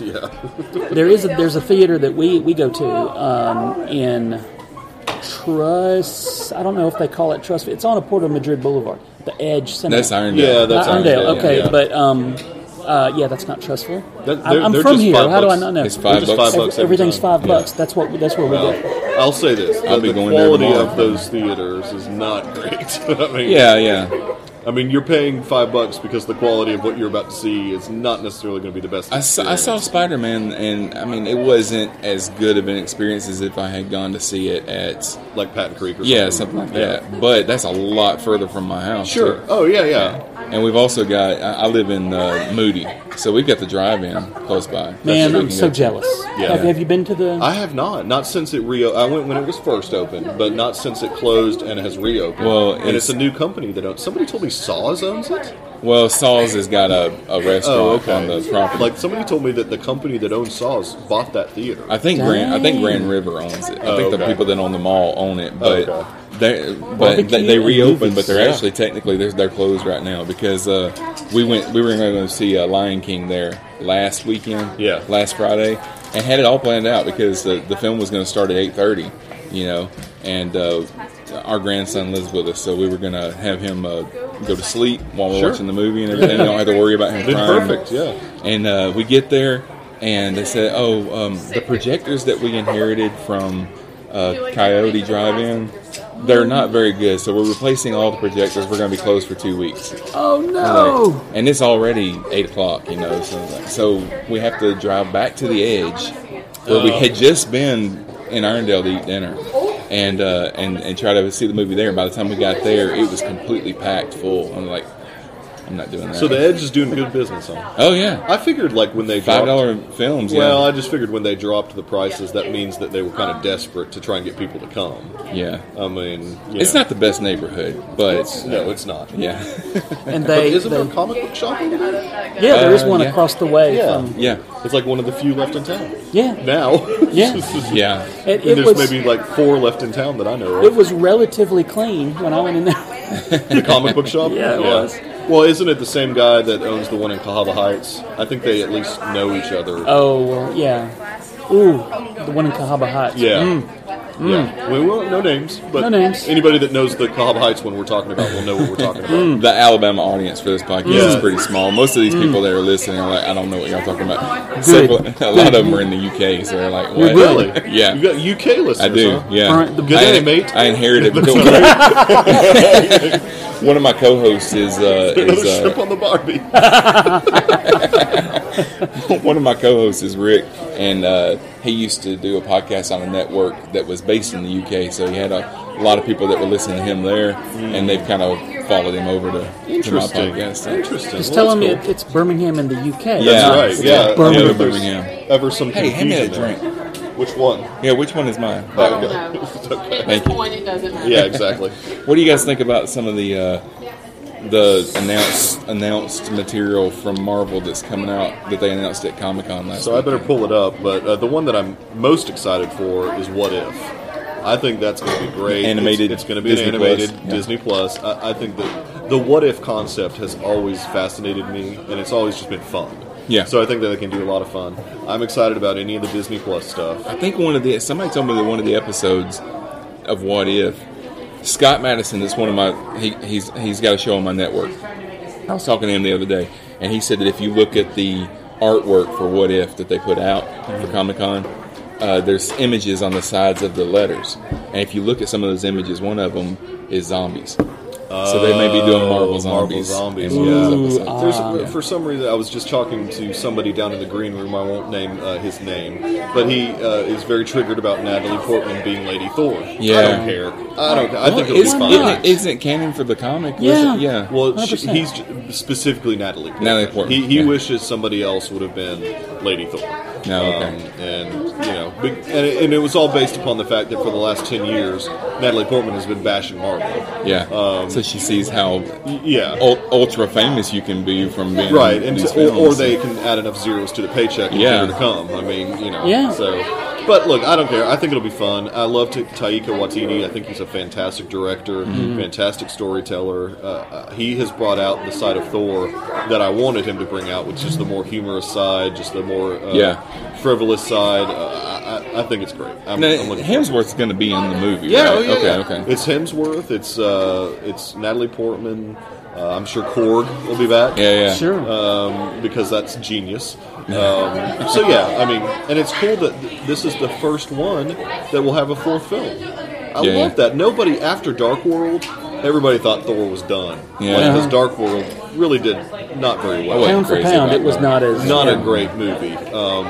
Yeah, There is a, there's a theater that we we go to um, in Truss. I don't know if they call it Truss. It's on a Port of Madrid Boulevard, the Edge Cinema. That's Irondale. Yeah, that's Not Irondale, Irondale, okay, yeah. but um, uh, yeah, that's not trustful. That- I'm, they're- I'm they're from just here. five How do I bucks. not know? It's five Just bucks. five bucks every Everything's time. five Yeah. bucks. That's what that's where we go. I'll say this: I'll be the going there quality tomorrow. of those theaters is not great. I mean, Yeah, yeah. I mean, you're paying five bucks because the quality of what you're about to see is not necessarily going to be the best. I saw, I saw experience. Spider Man, and I mean, it wasn't as good of an experience as if I had gone to see it at, like Patton Creek or yeah, something like Yeah. that. But that's a lot further from my house. Sure. too. Oh yeah, yeah. And we've also got, I, I live in uh, Moody, so we've got the drive in close by. That's Man, where we I'm can so go. jealous. Yeah. Have, have you been to the? I have not. Not since it re. I went when it was first opened, but not since it closed and has reopened. Well, and it's- it's a new company that owns. Somebody told me Saws owns it. Well, Saul's has got a, a restaurant Oh, okay. on the property. Like somebody told me that the company that owns Saws bought that theater. I think Grand, I think Grand River owns it. I Oh, think the okay. people that own the mall own it, but okay. they but Barbecue they, they and reopened, but they're movies, yeah. actually technically they're, they're closed right now because uh, we went we were going to see uh, Lion King there last weekend, Yeah. last Friday, and had it all planned out because the, the film was going to start at eight thirty, you know, and uh, our grandson lives with us, so we were going to have him uh, go to sleep while we're Sure. watching the movie and everything. we don't have to worry about him Been crying. perfect, yeah. And uh, we get there, and they said, "Oh, um, the projectors that we inherited from uh, Coyote Drive-In, they're not very good. So we're replacing all the projectors. We're going to be closed for two weeks. oh no! And it's already eight o'clock, you know. So, like, so we have to drive back to the edge where we had just been in Irondale to eat dinner." And, uh, and and try to see the movie there. And by the time we got there, it was completely packed full. I'm like, I'm not doing that. so the Edge is doing good business on. it. oh yeah, I figured like when they five dropped- dollar films. Yeah. Well, I just figured when they dropped the prices, that means that they were kind of desperate to try and get people to come. Yeah. I mean, you It's know. not the best neighborhood, but No, it's not. yeah. And But they, isn't there a they comic book shop over there? yeah, there is Uh, one yeah. across the way Yeah. from yeah. It's like one of the few left in town yeah. now. Yeah. Yeah. It, And it there's was maybe like four left in town that I know it of. was relatively clean when I went in there. The comic book shop? Yeah, it was. Well, isn't it the same guy that owns the one in Cahaba Heights? I think they at least know each other. Oh well, yeah. Ooh, the one in Cahaba Heights. yeah. Yeah. We won't, no names, but Mm. No names. anybody that knows the Cahaba Heights one we're talking about will know what we're talking Mm. about. The Alabama audience for this podcast is Yeah. Mm. pretty small. Most of these people that are listening are like, I don't know what y'all talking about. Except Good. for- a lot of them are in the UK, so they're like, what? Really? Yeah. You got UK listeners. I do. huh? Yeah. Alright, the- Good I, day, mate. I inherited one of my co-hosts is uh, Another is uh, shrimp on the Barbie. one of my co-hosts is Rick, and uh, he used to do a podcast on a network that was based in the UK. So he had a, a lot of people that were listening to him there, and they've kind of followed him over to, to my Interesting. podcast. Interesting. Just Well, tell him that's it, it's Birmingham in the UK. Yeah, cool. not- Right, it's yeah. Birmingham. Yeah, if there's Birmingham. Ever some Hey, hand me confusion that there. drink. Which one? Yeah, which one is mine? That guy. Thank you. Yeah, exactly. What do you guys think about some of the uh, the announced announced material from Marvel that's coming out that they announced at Comic Con last? So I better weekend? pull it up, but uh, the one that I'm most excited for is What If. I think that's going to be great. Animated It's, it's going to be Disney an animated Plus, yeah. Disney Plus. I, I think that the What If concept has always fascinated me, and it's always just been fun. Yeah. So I think that they can do a lot of fun. I'm excited about any of the Disney Plus stuff. I think one of the somebody told me that one of the episodes of What If Scott Madison is one of my he, he's he's got a show on my network. I was talking to him the other day, and he said that if you look at the artwork for What If that they put out Mm-hmm. for Comic Con, uh, there's images on the sides of the letters, and if you look at some of those images, one of them is zombies. so they may be doing Marvel Oh, zombies. zombies, in one of yeah. those episodes. There's, For some reason, I was just talking to somebody down in the green room. I won't name uh, his name, but he uh, is very triggered about Natalie Portman being Lady Thor. I Yeah. don't care. I don't. I think it'll be isn't, fine. isn't, it- isn't it canon for the comic? Was Yeah. it? yeah. Well, sh 100%. he's j- specifically Natalie. Portman. Natalie Portman, He, he yeah. wishes somebody else would have been Lady Thor. No, okay. um, and you know, be- and it, and it was all based upon the fact that for the last ten years, Natalie Portman has been bashing Marvel. Yeah. Um, so she sees how Y- Yeah, ul- ultra famous you can be from being right. in And these or, or films. they can add enough zeros to the paycheck for Yeah. her to come. I mean, you know. Yeah. So, but look, I don't care. I think it'll be fun. I love Ta- Taika Waititi. I think he's a fantastic director, Mm-hmm. fantastic storyteller. Uh, Uh, he has brought out the side of Thor that I wanted him to bring out, which is the more humorous side, just the more uh, Yeah. frivolous side. Uh, I- I, I think it's great. I'm, Now, I'm looking Hemsworth's going to be in the movie. yeah, right? oh, yeah, okay, yeah. okay. It's Hemsworth. It's uh, it's Natalie Portman. Uh, I'm sure Korg will be back. yeah, yeah. Sure. um, because that's genius. Um, so yeah, I mean, and it's cool that th- this is the first one that will have a fourth film. I Yeah. love that. Nobody after Dark World, everybody thought Thor was done. Yeah. because Dark World really did not very I well. wasn't pound for crazy pound, about it was that. not as Not a yeah. great movie. Um,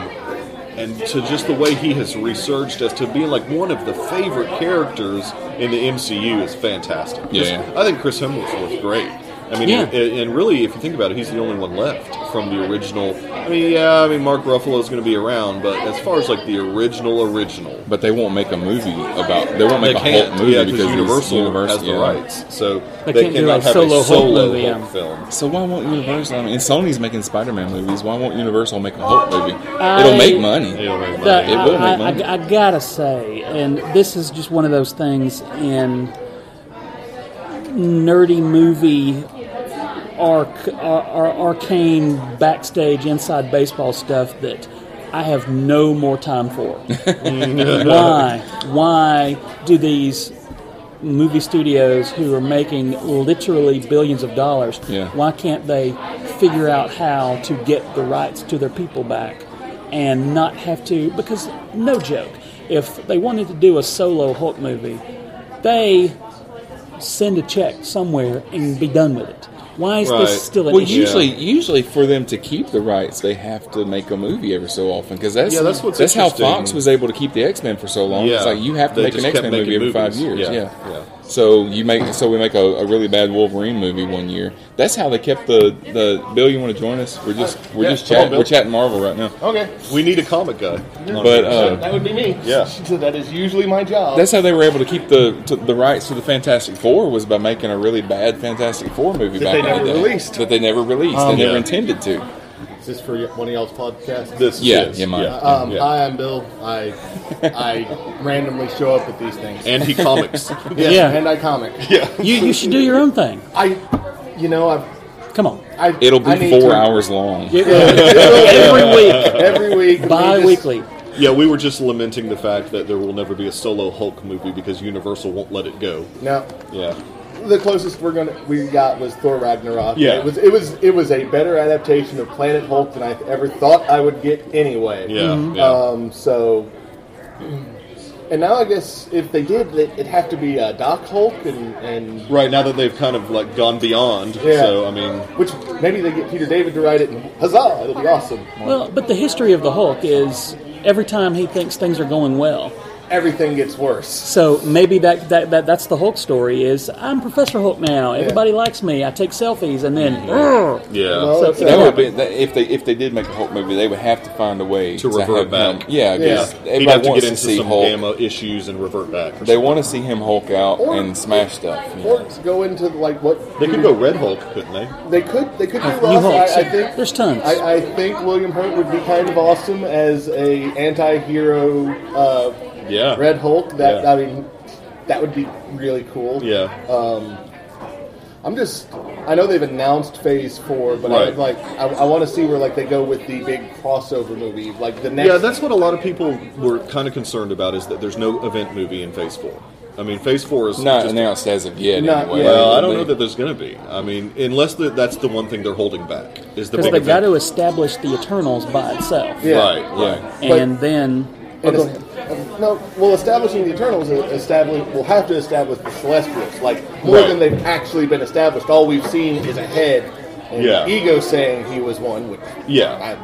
and to just the way he has resurged as to being like one of the favorite characters in the MCU is fantastic. Just- Yeah. I think Chris Hemsworth's great. I mean, Yeah. and- and really, if you think about it, he's the only one left from the original. I mean, yeah, I mean, Mark Ruffalo's going to be around, but as far as like the original, original, But they won't make a movie about. They won't they make a can't, Hulk movie yeah, because it's Universal, Universal, has yeah. the rights, so They they, can't do, cannot like, have solo a Hulk solo movie, Hulk um, film. So why won't Universal? I mean, Sony's making Spider-Man movies. Why won't Universal make a Hulk movie? I- It'll make money. It'll make The- money. It will I, make money. I- I gotta say, and this is just one of those things in nerdy movie, arc, ar, ar, arcane backstage inside baseball stuff that I have no more time for. why? Why do these movie studios who are making literally billions of dollars? Yeah. Why can't they figure out how to get the rights to their people back and not have to? Because, no joke, if they wanted to do a solo Hulk movie, they send a check somewhere and be done with it. Why is Right. this still an Well, issue? usually, usually for them to keep the rights, they have to make a movie every so often because that's Yeah, that's what's how interesting. Fox was able to keep the X Men for so long. It's Yeah. like you have to They make an just X kept Men movie making every five movies. years. Yeah. Yeah. Yeah. So you make so we make a, a really bad Wolverine movie one year. That's how they kept the the Bill. You want to join us? We're just we're Yeah, just come on, chatting. Bill. we're chatting Marvel right now. Okay. We need a comic guy, But uh, That would be me. Yeah. So that is usually my job. that's how they were able to keep the to, the rights to the Fantastic Four was by making a really bad Fantastic Four movie back they in never the day released. that they never released. they never Um, yeah. intended to. Is this for one of y'all's podcasts? this Yeah, is, yeah, mine. Um, yeah. Hi, I'm Bill. I I randomly show up at these things. and he comics. Yes, Yeah. And I comic. you, you should do your own thing. I, you know, I've, Come on. I. It'll I need be four to- hours long. It will- it will- Every week, every week. we bi just- weekly. Yeah, we were just lamenting the fact that there will never be a solo Hulk movie because Universal won't let it go. Now, Yeah. the closest we're gonna we got was Thor Ragnarok. Yeah. It was it was it was a better adaptation of Planet Hulk than I Mm-hmm. ever thought I would get anyway. Yeah. yeah. Um, so Um, And now I guess if they did, they- it'd have to be uh, Doc Hulk and, and Right now that they've kind of like gone beyond, Yeah. so I mean, which maybe they get Peter David to write it, and huzzah, it'll be awesome. Well, but the history of the Hulk is every time he thinks things are going well, everything gets worse. So maybe that, that, that that's the Hulk story is I'm Professor Hulk now. Everybody likes me. I take selfies and then "Urgh." Yeah, So, that would be that, if they if they did make a Hulk movie, they would have to find a way to revert have him- back. yeah, because he'd have everybody to get wants to, into see some Hulk. gamma issues and revert back. They want to see him Hulk out Or- and smash stuff. you know. Or go into like what They could go Red Hulk, couldn't they? They could. They could do Uh, New Ross. Hulks. I, I think There's tons. I, I think William Hurt would be kind of awesome as a anti-hero. Uh, Yeah. Red Hulk. That Yeah. I mean, that would be really cool. Yeah. Um, I'm just. I know they've announced Phase Four, but I Right. would like. I, I want to see where like they go with the big crossover movie, like the next. Yeah, that's what a lot of people were kind of concerned about is that there's no event movie in Phase Four. I mean, Phase Four is Not just- announced as of yet. Not anyway. yet. Well, I It'll don't know be- that there's going to be. I mean, unless the, that's the one thing they're holding back is the because big they got event. to establish the Eternals by itself, Yeah. Right, right. and then And es- um, no, well, establishing the Eternals is establish will have to establish the Celestials, like more Right. than they've actually been established. All we've seen is a head, and Yeah. ego saying he was one. Which Yeah, I,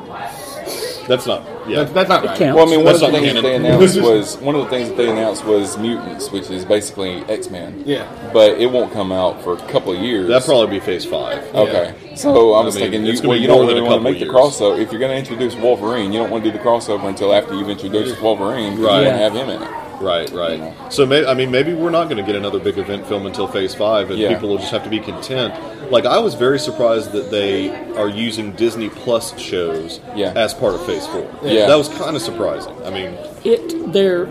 that's not. Yeah, that's not it counts. Well, I mean, one That's of the not things that they canon. announced was one of the things that they announced was mutants, which is basically X Men. Yeah. but it won't come out for a couple of years. that'd probably be Phase Five. Okay, Yeah. so I I was mean, thinking, you, it's gonna well, be you more don't than really a want to couple make the years. crossover. If you're going to introduce Wolverine, you don't want to do the crossover until after you've introduced Wolverine, 'cause Right. you don't have him in it. Right, right. So, may, I mean, maybe we're not going to get another big event film until Phase Five, and Yeah. people will just have to be content. Like, I was very surprised that they are using Disney Plus shows Yeah. as part of Phase Four. Yeah. that was kind of surprising. I mean, it there.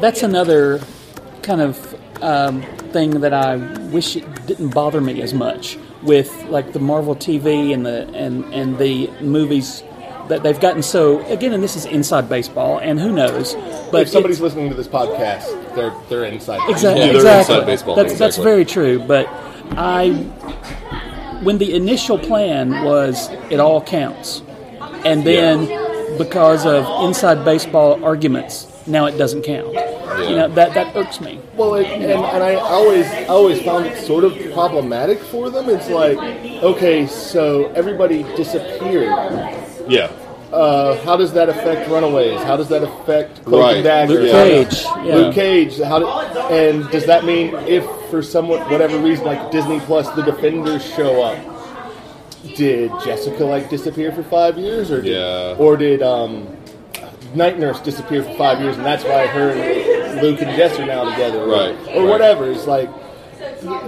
That's another kind of um, thing that I wish it didn't bother me as much with like the Marvel TV and the and and the movies that they've gotten so again and this is inside baseball and who knows but if somebody's it's- listening to this podcast, they're they're inside. Exactly. Yeah, they're exactly. inside baseball, That's, that's exactly. very true. But I, when the initial plan was, it all counts, and then because of inside baseball arguments, now it doesn't count. You know that that irks me. Well, it, and, and I always I always found it sort of problematic for them. It's like, okay, so everybody disappeared. yeah, uh, how does that affect Runaways? How does that affect Cloak Right. and Dagger? Luke How- Cage, yeah. Luke Cage. How do, and does that mean if for somewhat whatever reason, like Disney Plus, the Defenders show up? Did Jessica like disappear for five years, or did, Yeah. or did um, Night Nurse disappear for five years, and that's why her, and Luke, and Jess are now together, or- Right, Or right. whatever. It's like.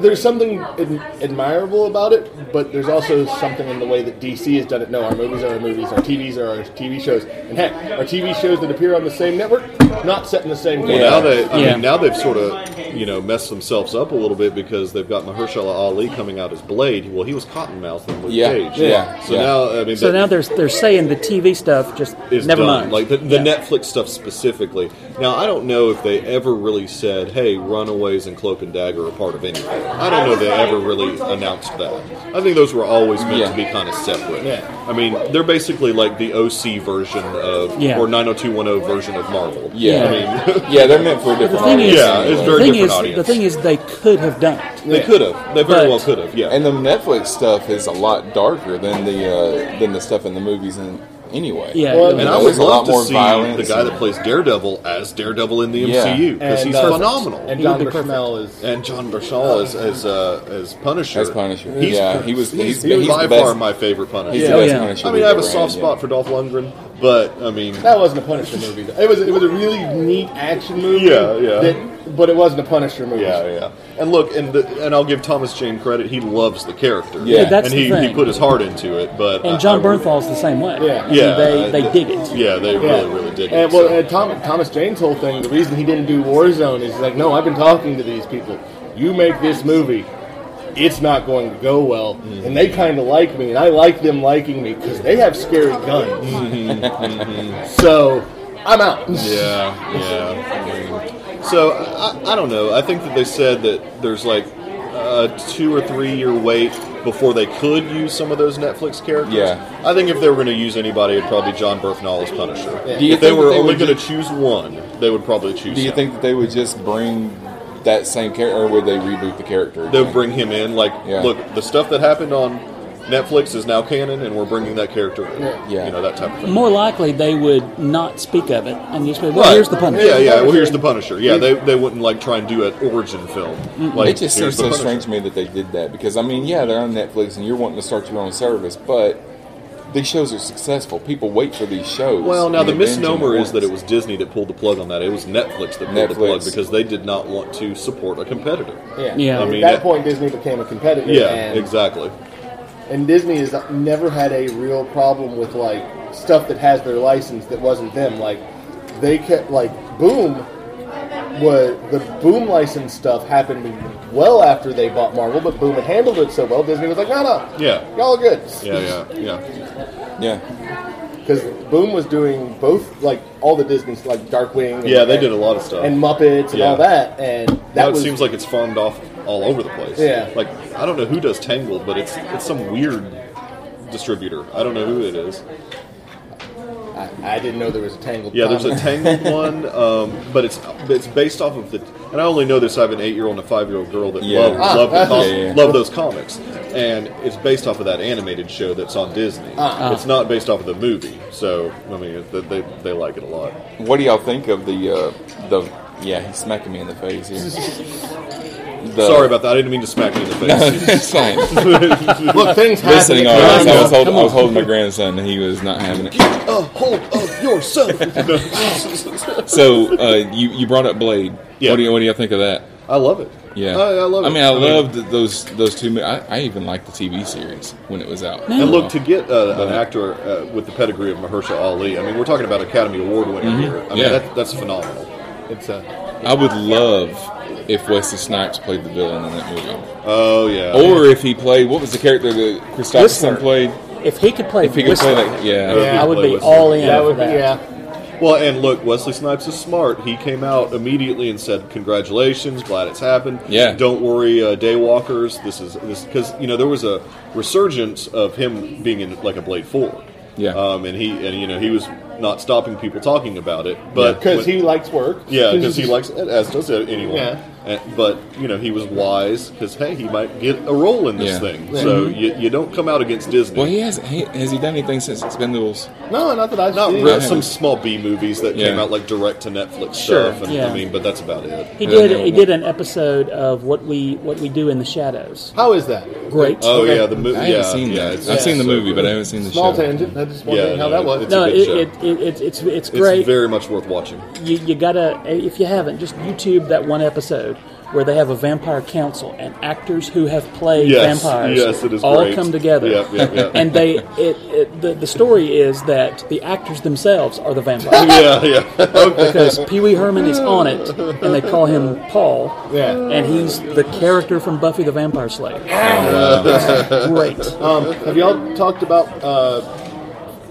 There's something ad- admirable about it, but there's also something in the way that DC has done it. No, our movies are our movies, our TVs are our TV shows, and heck, our TV shows that appear on the same network, not set in the same Well, way. now they, I Yeah. mean, now they've sort of, you know, messed themselves up a little bit because they've got Mahershala Ali coming out as Blade. Well, he was Cottonmouth in Luke Yeah, Cage. yeah, So yeah. now, I mean, So that now they're they're saying the TV stuff just is never done. mind. Like the, the Yeah. Netflix stuff specifically. Now, I don't know if they ever really said, "Hey, Runaways and Cloak and Dagger are part of anything." I don't know if they ever really announced that. I think those were always meant Yeah. to be kind of separate. Yeah. I mean, they're basically like the OC version of Yeah. or 90210 version of Marvel. Yeah, I mean, yeah, they're meant for a different The thing audience. is- Yeah, it's anyway. the very thing different is, audience. the thing is, they could have done it. They could have. They very But- well could have. Yeah. And the Netflix stuff is a lot darker than the uh, than the stuff in the movies. And anyway, Yeah, Well, it And was- I There's would a love lot more to see violence the guy and- that plays Daredevil as Daredevil in the Yeah. MCU because And, he's uh, phenomenal. And And, John Oh, would be perfect. Bernal is John Bernthal as as, uh, as Punisher. As Punisher. Yeah, he was- he's- he's by the best- far my favorite Punisher. he's Yeah. the best Oh, yeah. Punisher I we've mean, I have a ever soft had, spot yeah. for Dolph Lundgren, but I mean, that wasn't a Punisher movie. Though. It was it was a really neat action movie. Yeah, yeah. that- but it wasn't a Punisher movie. yeah, yeah. And look, and the, and I'll give Thomas Jane credit. He loves the character. Yeah. Yeah, that's and he, the he thing. put his heart into it. But I- and John I really- Bernthal's the same way. Yeah. I mean, Yeah, they they I- dig it. Yeah, they really really did. it, And well, so. and Tom, Thomas Jane's whole thing, the reason he didn't do Warzone is he's like, no, I've been talking to these people. You make this movie, it's not going to go well. Mm-hmm. And they kind of like me, and I like them liking me because they have scary guns. so I'm out. Yeah, yeah. So I, I don't know. I think that they said that there's like a two or three year wait before they could use some of those Netflix characters. Yeah. I think if they were going to use anybody, it'd probably be John Bernthal as Punisher. Do you If they think were they only would going to ju- choose one, they would probably choose. Do you him. think that they would just bring that same character, or would they reboot the character? they'll bring him in? Like, Yeah. look, the stuff that happened on Netflix is now canon, and we're bringing that character in. Yeah. You know that type of thing. More likely, they would not speak of it and just be, well, Right. here's the Punisher. Yeah, yeah. Well, here's the Punisher. Yeah, they, they wouldn't like try and do an origin film. Like, it just seems here's the so Punisher. strange to me that they did that because I mean, yeah, they're on Netflix and you're wanting to start your own service, but these shows are successful. People wait for these shows. Well, now and the they binge them at misnomer is that it once. was Disney that pulled the plug on that. It was Netflix that pulled Netflix. the plug because they did not want to support a competitor. Yeah. Yeah. I At mean, that that- point, Disney became a competitor. Yeah, and, exactly. and Disney has never had a real problem with like stuff that has their license that wasn't them. Like they kept like Boom was the Boom license stuff happened well after they bought Marvel, but Boom had handled it so well. Disney was like, no, no, Yeah. y'all are good. Yeah, yeah, yeah. yeah, Because Boom was doing both like all the Disney's like Darkwing. And, Yeah, they did a lot of stuff. and Muppets and Yeah. all that, and that now it was seems like it's farmed off all over the place. Yeah. Like I don't know who does Tangled, but it's it's some weird distributor. I don't know who it is. I, I didn't know there was a Tangled. Yeah, there's a comic. Tangled one, um, but it's it's based off of the. And I only know this. I have an eight year old and a five year old girl that Yeah. love Ah, love, the that's- com- Yeah, yeah. love those comics, and it's based off of that animated show that's on Disney. Ah, It's not based off of the movie, so I mean it- they they like it a lot. what do y'all think of the uh, the? Yeah, he's smacking me in the face here. The- Sorry about that. I didn't mean to smack you in the face. It's fine. Look, things happen. Listening, all right, I was holding, I was holding my grandson, and he was not having it. uh, hold of yourself. So uh, you you brought up Blade. Yeah. What do you what do you think of that? I love it. Yeah, I, I love it. I mean, I, loved those those two. mo- I, I even liked the TV series when it was out. And look, to get uh, an actor uh, with the pedigree of Mahershala Ali, I mean, we're talking about Academy Award winner here. I mean, Mm-hmm. Yeah. that, that's phenomenal. It's a I would love if Wesley Snipes played the villain in that movie, oh yeah, or if he played what was the character that Christopherson Whistler. played? If he could play If he could play Whistler, that, yeah, Yeah. I would Play be Whistler. all in That for would be, that. yeah. well, and look, Wesley Snipes is smart. He came out immediately and said, "Congratulations, glad it's happened. Yeah. don't worry, uh, Daywalkers. This is this because you know there was a resurgence of him being in like a Blade Four. Yeah. um, and he and you know he was not stopping people talking about it, but Because when- he likes work. Yeah, because he likes it, as does anyone. Yeah. And, but you know, he was wise because hey, he might get a role in this Yeah. thing. So Mm-hmm. you, you don't come out against Disney. Well, he has. He, has he done anything since Expendables? No, not that I've not seen. Yeah. real, some small B movies that came Yeah. out like direct to Netflix Sure, stuff. And, yeah. I mean, but that's about it. He I don't did. know. He did an episode of what we what we do in the shadows. How is that? Great. Oh Okay. yeah, the movie. I yeah, haven't seen yeah, that. it's- I've seen the so movie, good. but I haven't seen the Small show. tangent. I just wondering Yeah, how no, that was. it's- no, a it, good show. it, it, it's it's it's It's great. very much worth watching. you, you gotta if you haven't just YouTube that one episode where they have a vampire council and actors who have played Yes, vampires yes, it is all great. come together. Yep, yep, yep. and they it, it the, the story is that the actors themselves are the vampires. yeah, yeah. because Pee Wee Herman is on it, and they call him Paul, Yeah. and he's the character from Buffy the Vampire Slayer. Great. Um, have y'all talked about uh,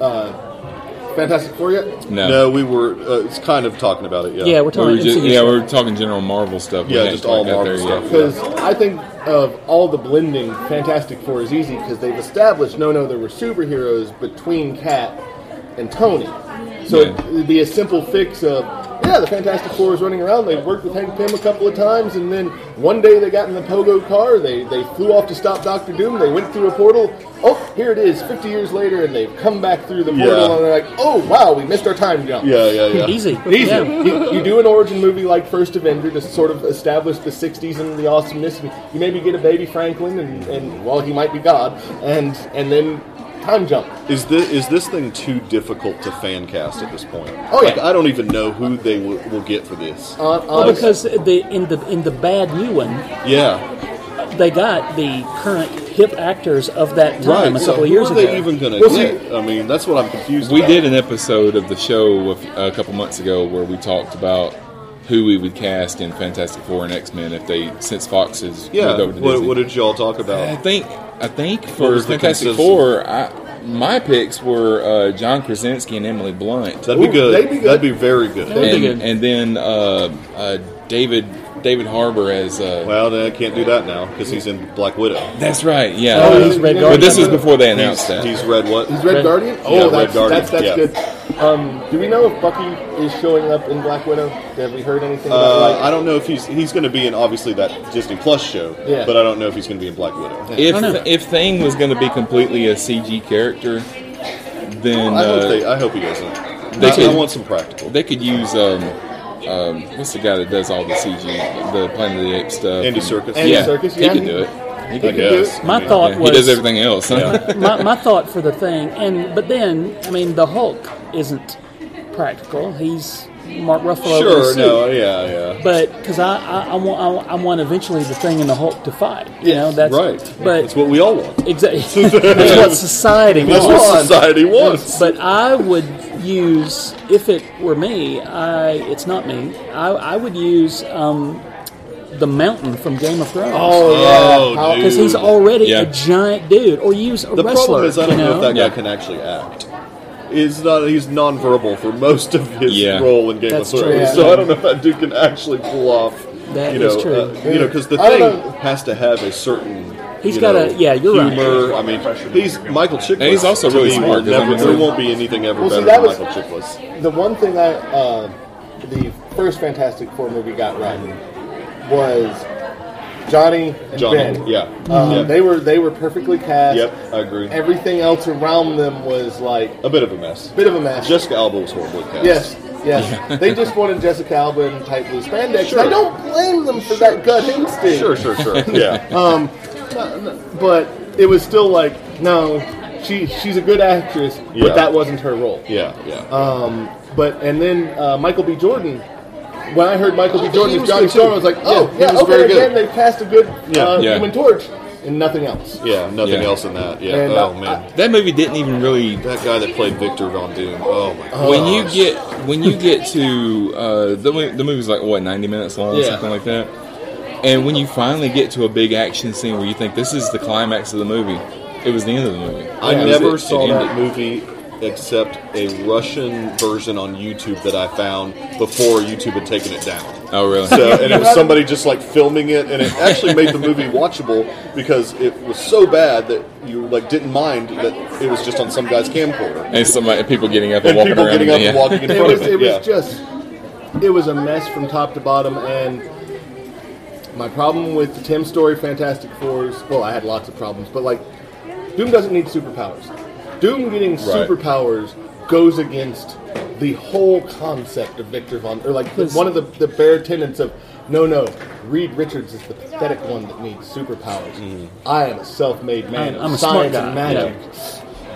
uh, Fantastic Four yet? No. No, we were. Uh, it's kind of talking about it. Yeah. Yeah, we're We talking were just, MCU. yeah, we were talking general Marvel stuff. We Yeah, hadn't just quite all got Marvel there yet. stuff. Because I think of all the blending, Fantastic Four is easy because they've established no, no, there were superheroes between Cat and Tony. So Yeah. it'd be a simple fix of, yeah, the Fantastic Four is running around. They've worked with Hank Pym a couple of times, and then one day they got in the pogo car. They, they flew off to stop Doctor Doom. They went through a portal. Oh, here it is, 50 years later, and they've come back through the portal, Yeah. and they're like, oh, wow, we missed our time jump. Yeah, yeah, yeah. Easy. Easy. Yeah. You, you do an origin movie like First Avenger to sort of establish the 60s and the awesomeness. And you maybe get a baby Franklin, and, and well, he might be God, and and then time jump. Is this is this thing too difficult to fan cast at this point? Oh, yeah. Like, I don't even know who they will, will get for this. Uh, Well, uh, because the in the in the bad new one, yeah, they got the current hip actors of that time right. a couple so of years who are ago. they even going to Well, see- get? I mean, that's what I'm confused. We about. did an episode of the show a, f- a couple months ago where we talked about who we would cast in Fantastic Four and X Men if they since Fox has Yeah. moved over to What, Disney. what did y'all talk about? I think I think What for was the Fantastic consensus? Four, I, my picks were uh, John Krasinski and Emily Blunt, That'd be Ooh, good. they'd be good. That'd be very good. That'd be and, good. and then uh, uh, David David Harbour as. Uh, well, I can't do that now because he's in Black Widow. That's right. Yeah. Oh, he's Red But this Guardian. is before they announced He's, that. he's Red what? He's Red, Red- Guardian. Yeah, Oh, Red that's, Guardian, that's that's yeah. good. Um, do we know if Bucky is showing up in Black Widow? Have we heard anything about Uh, like? I don't know if he's he's going to be in obviously that Disney Plus show, Yeah. but I don't know if he's going to be in Black Widow. if I don't know. if Thing was going to be completely a CG character, then Oh, I hope uh, they. I hope he isn't. they I, could- I want some practical. they could use um, um, what's the guy that does all the CG, the Planet of the Apes stuff. Andy And- Serkis. Andy yeah, Serkis, he yeah. could do it. He could could do it. do it. I My mean, thought Yeah, was he does everything else. my, my thought for the thing, and but then I mean the Hulk isn't practical. He's Mark Ruffalo. in a Sure. suit. No. Yeah. Yeah. But because I, I, I, want, I, want- I want eventually the thing and the Hulk to fight. You know that's right. But that's what we all want. exactly that's what society That's wants. what society wants. But I would use, if it were me, I it's not me. I, I would use um, the mountain from Game of Thrones. Oh, dude. How- because he's already Yeah. a giant dude, or use a The wrestler. problem is I don't you know, know, if that Yeah. guy can actually act. He's not. He's nonverbal for most of his Yeah. role in Game That's of Thrones, true. so I don't know if that dude can actually pull off. That you know, is true. uh, you know, because the I thing don't know. has to have a certain. He's you got know, a- yeah, you're right. humor. I mean, he's Michael Chiklis. And he's also to really me smart, will 'cause I Never, mean, there they're- won't be anything ever Well, see, better that than was- Michael Chiklis. the one thing I, uh, the first Fantastic Four movie got right was Johnny and Johnny. Ben. Yeah. Um, yeah. They were they were perfectly cast. Yep. I agree. Everything else around them was like a bit of a mess. a bit of a mess. Jessica Alba was horribly cast. yes, yes. they just wanted Jessica Alba in tight blue spandex. Sure. I don't blame them for that gut instinct. Sure. Sure. Sure. yeah. but it was still like no, she she's a good actress, Yeah. but that wasn't her role. yeah. Yeah. Um, But and then uh, Michael B. Jordan. When I heard Michael B. Jordan was was Johnny good, too. Storm, I was like, "Oh, Yeah, he yeah, was okay, very good. again, they cast a good Yeah. uh, Yeah. Human Torch and nothing else." yeah. Nothing Yeah. else in that. Yeah. And, oh uh, man. that movie didn't even really. That guy that played Victor Von Doom. Oh my god. When you get when you get to uh, the mo- the movie's like what ninety minutes long or Yeah. something like that, and when you finally get to a big action scene where you think this is the climax of the movie, it was the end of the movie. I That was never it. It saw ended. that movie except a Russian version on YouTube that I found before YouTube had taken it down. Oh really? So, and it was somebody just like filming it, and it actually made the movie watchable because it was so bad that you like didn't mind that it was just on some guy's camcorder and somebody people getting up and, and walking people around. getting in up the- and walking in it front was of it. it yeah. was just it was a mess from top to bottom and my problem with the Tim Story Fantastic Fours well I had lots of problems but like Doom doesn't need superpowers. Doom getting superpowers goes against the whole concept of Victor Von or like the, one of the, the bare tenets of no no Reed Richards is the pathetic one that needs superpowers. I am a self-made man. I'm- of I'm a smart science guy, and magic.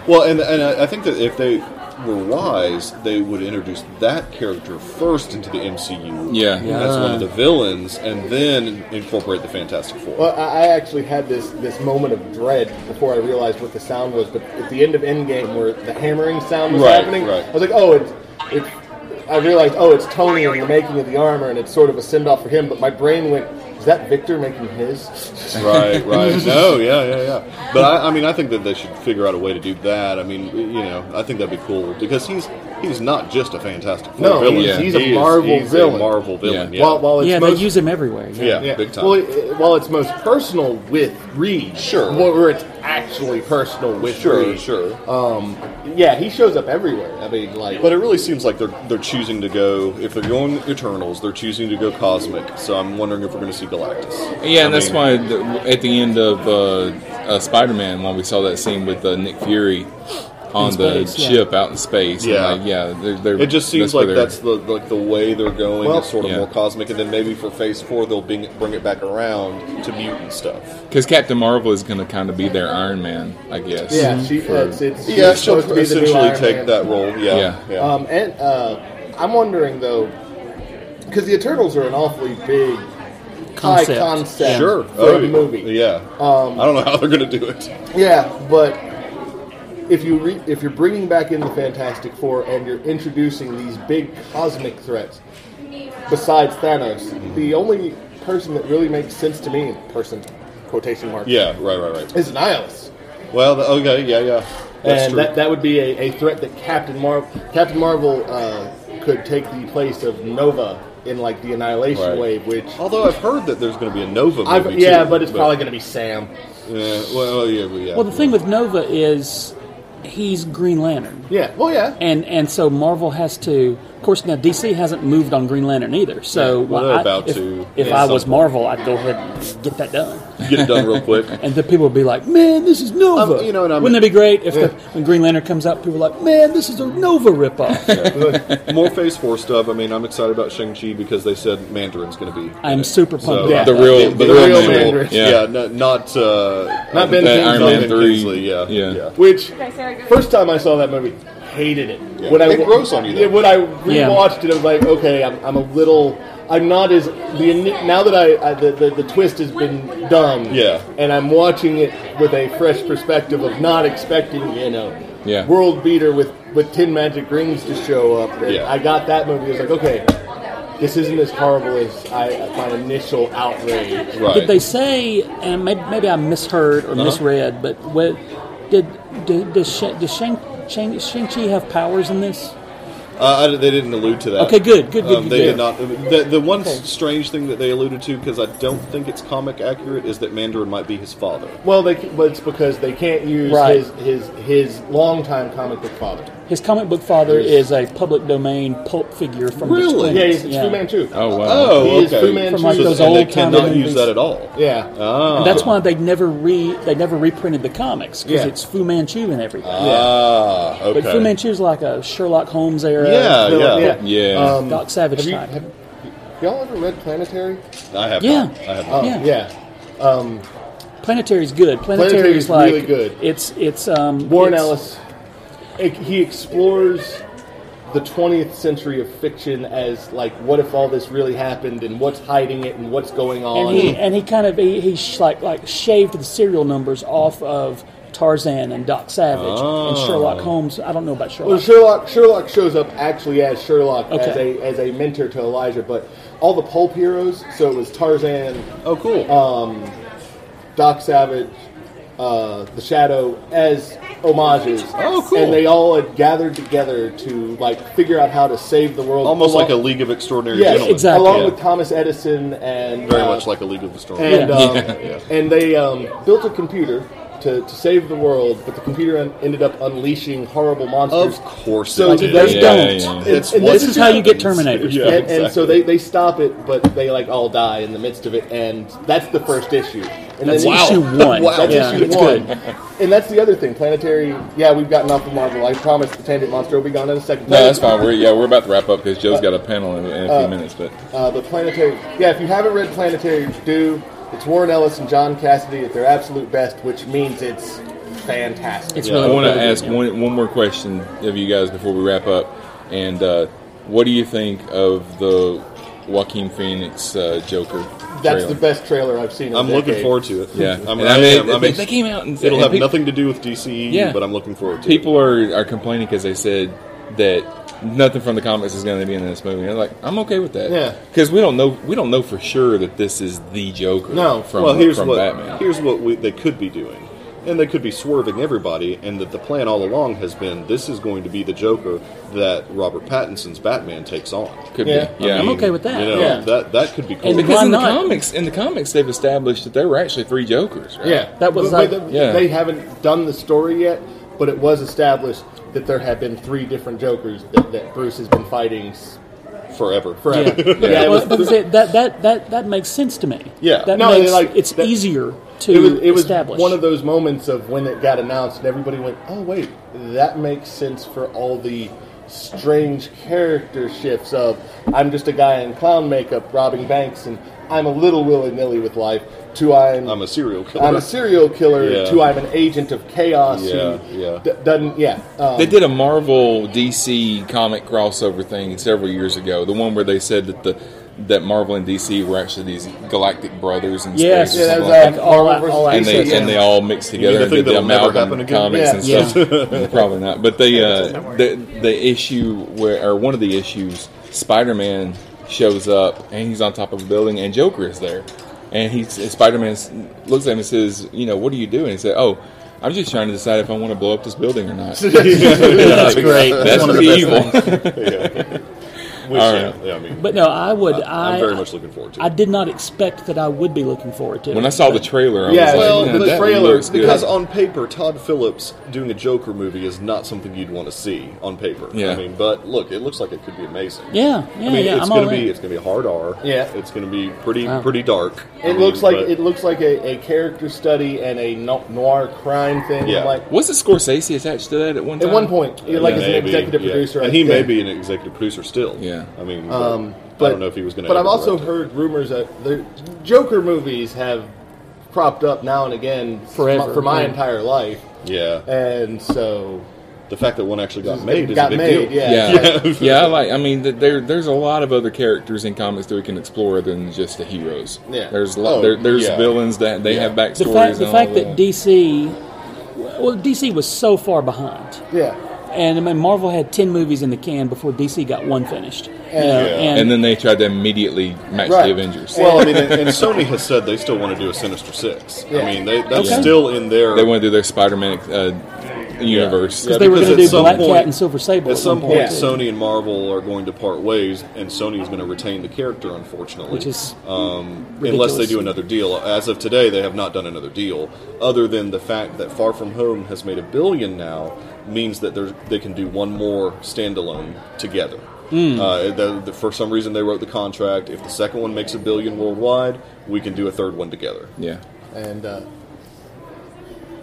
Well, and and I I think that if they were wise, they would introduce that character first into the MCU. Yeah. as one of Ah. the villains, and then incorporate the Fantastic Four. Well, I I actually had this this moment of dread before I realized what the sound was. But at the end of Endgame, where the hammering sound was Right, happening, right. I was like, "Oh, it's." it's I realized, oh, it's Tony in the making of the armor, and it's sort of a send off for him. But my brain went, "Is that Victor making his?" right, right. No, yeah, yeah, yeah. But I, I mean, I think that they should figure out a way to do that. I mean, you know, I think that'd be cool because he's he's not just a Fantastic Four No, villain. he's- he's He a is- Marvel he's A villain. Marvel villain. Yeah. Yeah. While, while it's yeah, most, they use him everywhere. Yeah. yeah, yeah, big time. Well, it, while it's most personal with Reed, Sure. where where it's actually personal with sure, Reed, um, sure. yeah, he shows up everywhere. I mean, like, But it really seems like they're they're choosing to go if they're going Eternals, they're choosing to go cosmic. So I'm wondering if we're going to see Galactus. Yeah, and I that's mean- why the, at the end of uh, uh, Spider-Man, when we saw that scene with uh, Nick Fury on In the space, yeah. ship out in space, and, Yeah. like, yeah, they're, they're, It just seems where like they're- that's the like the way they're going. Well- it's sort of Yeah. more cosmic, and then maybe for Phase Four they'll bring bring it back around to mutant stuff. because Captain Marvel is going to kind of be their Iron Man, I guess. yeah, she, it's, it's, Yeah, she's she'll supposed to be the new essentially Iron take Man. that role. Yeah, Yeah. yeah. Um, and uh, I'm wondering though, because the Eternals are an awfully big Concept. high concept sure. for Oh, a yeah. movie. Yeah. Um, I don't know how they're going to do it. Yeah, but if you re- if you're bringing back in the Fantastic Four and you're introducing these big cosmic threats, besides Thanos, the only person that really makes sense to me, person quotation mark, Yeah. Right. Right. Right. is Nihilus. Well. the- Okay. Yeah. Yeah. That's and true. that, that would be a, a threat that Captain Marvel Captain Marvel uh, could take the place of Nova in like the Annihilation Right. wave, which Although I've heard that there's going to be a Nova movie. I've, yeah, too, but it's probably going to be Sam. Yeah, well, oh, yeah, well, yeah. Well, the thing with Nova is he's Green Lantern. Yeah. Well, yeah. And and so Marvel has to. Of course, now DC hasn't moved on Green Lantern either. So Yeah, well, why- they're I- about if, to If at I some was point. Marvel, I'd go ahead and get that done. Get it done real quick. And the people would be like, "Man, this is Nova." Um, you know, and I Wouldn't mean- it be great if Yeah. the, when Green Lantern comes out, people are like, "Man, this is a Nova ripoff." More Phase Four stuff. I mean, I'm excited about Shang Chi because they said Mandarin's going to be. I'm super pumped. So, about the that. real- the, the real, real Mandarin. Mandarin. Yeah, Yeah. no- not uh, Not Ben That Kingsley. Iron Iron Man Man three. Kingsley, yeah, Yeah. yeah. Which first time I saw that movie, hated it. When I It grows on you, though. Yeah, when I rewatched it, I was like, okay, I'm, I'm a little. I'm not as the ini- now that I, I the, the the twist has been done. Yeah. and I'm watching it with a fresh perspective of not expecting you know. Yeah. World beater with with ten magic rings to show up. And Yeah. I got that movie. I was like, okay. This isn't as horrible as I, my initial outrage. Right. Did they say? And maybe, maybe I misheard Uh-huh. or misread, but what did did does Shang, does Shang, Shang, Shang-Chi have powers in this? Uh, I, they didn't allude to that. Okay, good, good, good, Um, good, they good. did not. The, the one strange thing that they alluded to, because I don't think it's comic accurate, is that Mandarin might be his father. Well, they, but uh, it's because they can't use Right. his his his longtime comic book father. His comic book father is a public domain pulp figure from Really? the Yeah, 20s. he's yeah. Fu Manchu. Oh wow. Oh, He is Fu okay. Manchu. From like So- those and they old time cannot movies. use that at all. Yeah. Ah. And that's why they never re they never reprinted the comics because Oh. Yeah. it's Fu Manchu and everything. Ah, okay. But Fu uh, Manchu's like a Sherlock Holmes era. Yeah, yeah, yeah. Yeah. Um, Doc Savage have you, type. have, y'all ever read Planetary? I have. Yeah. Not. I have. Oh, Not. Yeah. yeah. Planetary's good. Planetary's, Planetary's like really good. It's it's um Warren it's- Ellis. It, he explores the 20th century of fiction as like, what if all this really happened, and what's hiding it, and what's going on. and he and he kind of he, he sh- like like shaved the serial numbers off of Tarzan and Doc Savage and Sherlock Holmes. I don't know about Well, Sherlock Sherlock. Sherlock shows up actually as Sherlock as Okay. a as a mentor to Elijah, but all the pulp um, heroes. So it was Tarzan, Oh, cool. Doc Savage, uh, The Shadow as homages. Oh, cool. And they all had gathered together to like figure out how to save the world. Almost Along- like a League of Extraordinary yes, Gentlemen. exactly. Along Yeah. with Thomas Edison and Very uh, much like a League of Extraordinary. and Yeah. um, Yeah. and they um, built a computer. To, to save the world, but the computer un- ended up unleashing horrible monsters. Of course uh, So it did. they Yeah, don't. yeah, yeah. It's and what this is how you get happens. Terminators. yeah, and, exactly. and so they, they stop it, but they like all die in the midst of it, and that's the first issue. And That's then issue one. Wow. That's Yeah, issue it's one. good. And that's the other thing. Planetary. Yeah, we've gotten off of Marvel. I promise the Tangent Monster will be gone in a second. No, that's fine. We're yeah, we're about to wrap up because Joe's got a panel in, in a few minutes. But Uh, but Planetary. Yeah, if you haven't read Planetary, do. It's Warren Ellis and John Cassidy at their absolute best, which means it's fantastic. It's Yeah, really I want to good. ask one one more question of you guys before we wrap up. And uh, what do you think of the Joaquin Phoenix uh, Joker? that's trailer? the best trailer I've seen. In I'm a looking decade. forward to it. Yeah, I'm, And I am. if I'm they, ex- they came out and said It'll and have peop- nothing to do with DCEU, Yeah. but I'm looking forward to People are, are complaining because they said that nothing from the comics is going to be in this movie. And I'm like, I'm okay with that. Yeah. because we don't know we don't know for sure that this is the Joker. No, it. from, Well, here's from what Batman. here's what we, they could be doing, and they could be swerving everybody, and that the plan all along has been this is going to be the Joker that Robert Pattinson's Batman takes on. Could Yeah. be. Yeah, I'm okay with that. You know, yeah. that that could be cool. And Because Why in the not? comics, in the comics, they've established that there were actually three Jokers. Right? Yeah, That was But- but like- they, Yeah. they haven't done the story yet, but it was established that there have been three different Jokers that, that Bruce has been fighting s- forever. forever. Yeah. Yeah, it Well, was- but say, that, that that that makes sense to me. Yeah. that No, makes, like, it's that- easier to it was, it was establish. one of those moments of when it got announced, and everybody went, "Oh wait, that makes sense for all the strange character shifts of I'm just a guy in clown makeup robbing banks, and I'm a little willy nilly with life." To I'm, I'm a serial killer. I'm a serial killer. Yeah. To I'm an agent of chaos. who Yeah, yeah. d- doesn't yeah. Um, They did a Marvel DC comic crossover thing several years ago. The one where they said that the that Marvel and DC were actually these galactic brothers in Yes, space. or yeah, that something was uh, like like that. all, Marvel versus all and they access. and they all mixed together the and thing did the that'll never amalgam happen again? comics Yeah. and stuff. Probably not. But they uh, the the issue where or one of the issues, Spider Man shows up and he's on top of a building and Joker is there, and he Spider Man looks at him and says, you know, what are you doing? He said, oh. I'm just trying to decide if I want to blow up this building or not. that's great. That's one of the pretty best evil. We All shall. right. Yeah, I mean, But no, I would. I- I, I'm very much looking forward to it. I did not expect that I would be looking forward to it. When I saw the trailer, I yeah, was well, like, the that trailer looks good. because on paper, Todd Phillips doing a Joker movie is not something you'd want to see on paper. I Yeah. mean, but look, it looks like it could be amazing. Yeah, yeah, I mean, yeah, it's I'm gonna all be in. Oh. it's gonna be a hard R. Yeah. it's gonna be pretty Wow. pretty dark. I It mean, looks like but- it looks like a, a character study and a no- noir crime thing. Yeah. I'm like was it Scorsese attached to that at one time? at one point, you're like as an Maybe, executive yeah. producer, and I he may think. be an executive producer still. Yeah. I mean, Um, but but I don't know if he was going to. But I've also heard rumors that the Joker movies have cropped up now and again Forever, for my yeah. entire life, Yeah, and so the fact that one actually got made is got a big made, deal. yeah. yeah, yeah, I like. I mean, th- there there's a lot of other characters in comics that we can explore other than just the heroes. Yeah. there's a lot. Oh, there, there's yeah. villains that they have backstories. the fact, the and fact all that DC, well, DC was so far behind, yeah. and I mean, Marvel had ten movies in the can before DC got one finished. You know, and, and then they tried to immediately match Right. the Avengers. Well, I mean, and, and Sony has said they still want to do a Sinister Six. I Yeah. mean, they, that's Okay. still in their. they want to do their Spider-Man uh, universe. because they were because going at to do some Black point- Cat and Silver Sable At some one point, point, too, Sony and Marvel are going to part ways, and Sony is going to retain the character, unfortunately. which is unless they ridiculous. do another deal. As of today, they have not done another deal, other than the fact that Far From Home has made a billion now, means that there's- they can do one more standalone together. Uh, the, the, for some reason, they wrote the contract. If the second one makes a billion worldwide, we can do a third one together. Yeah, and uh,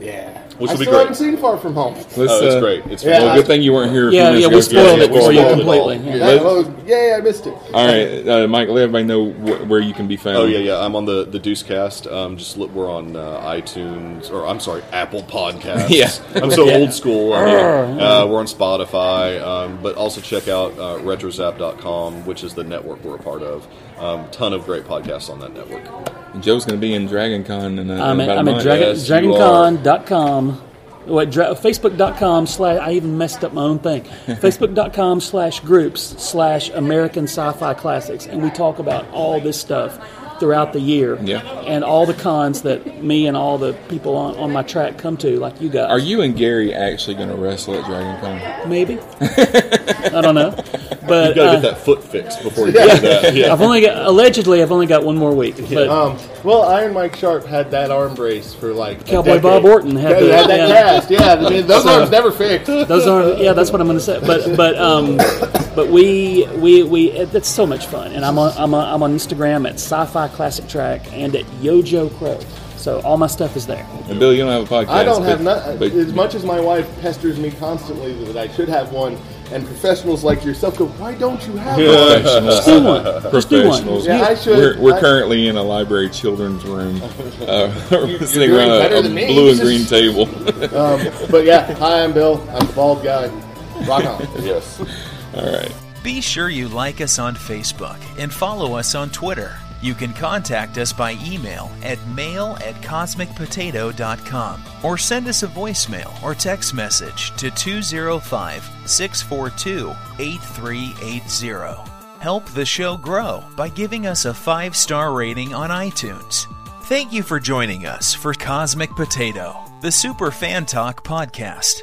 yeah, Which I will be still great. haven't seen Far From Home. Let's, Oh, it's uh, great. It's yeah. Well, good thing you weren't here. a few Yeah, minutes yeah, ago we to get spoiled that. it we for you spoiled it all. completely. yeah. Yeah, oh, yay, I missed it. All right, uh, Mike, let everybody know wh- where you can be found. Oh yeah, yeah. I'm on the the Deucecast. Um, just look, we're on uh, iTunes or I'm sorry, Apple Podcasts. Yeah. I'm so old school. I mean, uh, we're on Spotify, um, but also check out uh, retrozap.com, which is the network we're a part of. Um, ton of great podcasts on that network. Joe's going to be in Dragon Con in, uh, I'm in about at, I'm a at month. dragon, Yes, you dragoncon.com. What, dra- Facebook.com slash, I even messed up my own thing. Facebook.com slash groups slash American Sci Fi Classics. And we talk about all this stuff throughout the year. Yeah. And all the cons that me and all the people on, on my track come to, like you guys. Are you and Gary actually going to wrestle at Dragon Con? Maybe. I don't know. But You gotta uh, get that foot fixed before you do that. Yeah. I've only got, allegedly, I've only got one more week. But Um, well, Iron Mike Sharp had that arm brace for like uh, a Cowboy decade. Bob Orton had Yeah, the- uh, had that yeah. cast. Yeah, I mean, those So- arms never fixed. Those are yeah, that's what I'm going to say. But but um, but we we we that's so much fun, and I'm on I'm on, I'm on Instagram at Sci-Fi Classic Track and at Yojo Crow. So all my stuff is there. And Bill, you don't have a podcast. I don't but- have none. but- As much as my wife pesters me constantly that I should have one, and professionals like yourself go, "Why don't you have one?" professionals. Do one. Just do one. professionals. Yeah, I should- We're, we're I- currently in a library children's room, uh, sitting doing around better a, a than me. blue and This green is- table. But yeah, hi, I'm Bill. I'm the bald guy. Rock on. yes. All right. Be sure you like us on Facebook and follow us on Twitter. You can contact us by email at mail at cosmicpotato.com or send us a voicemail or text message to 205 642 8380. Help the show grow by giving us a five star rating on iTunes. Thank you for joining us for Cosmic Potato, the Super Fan Talk podcast.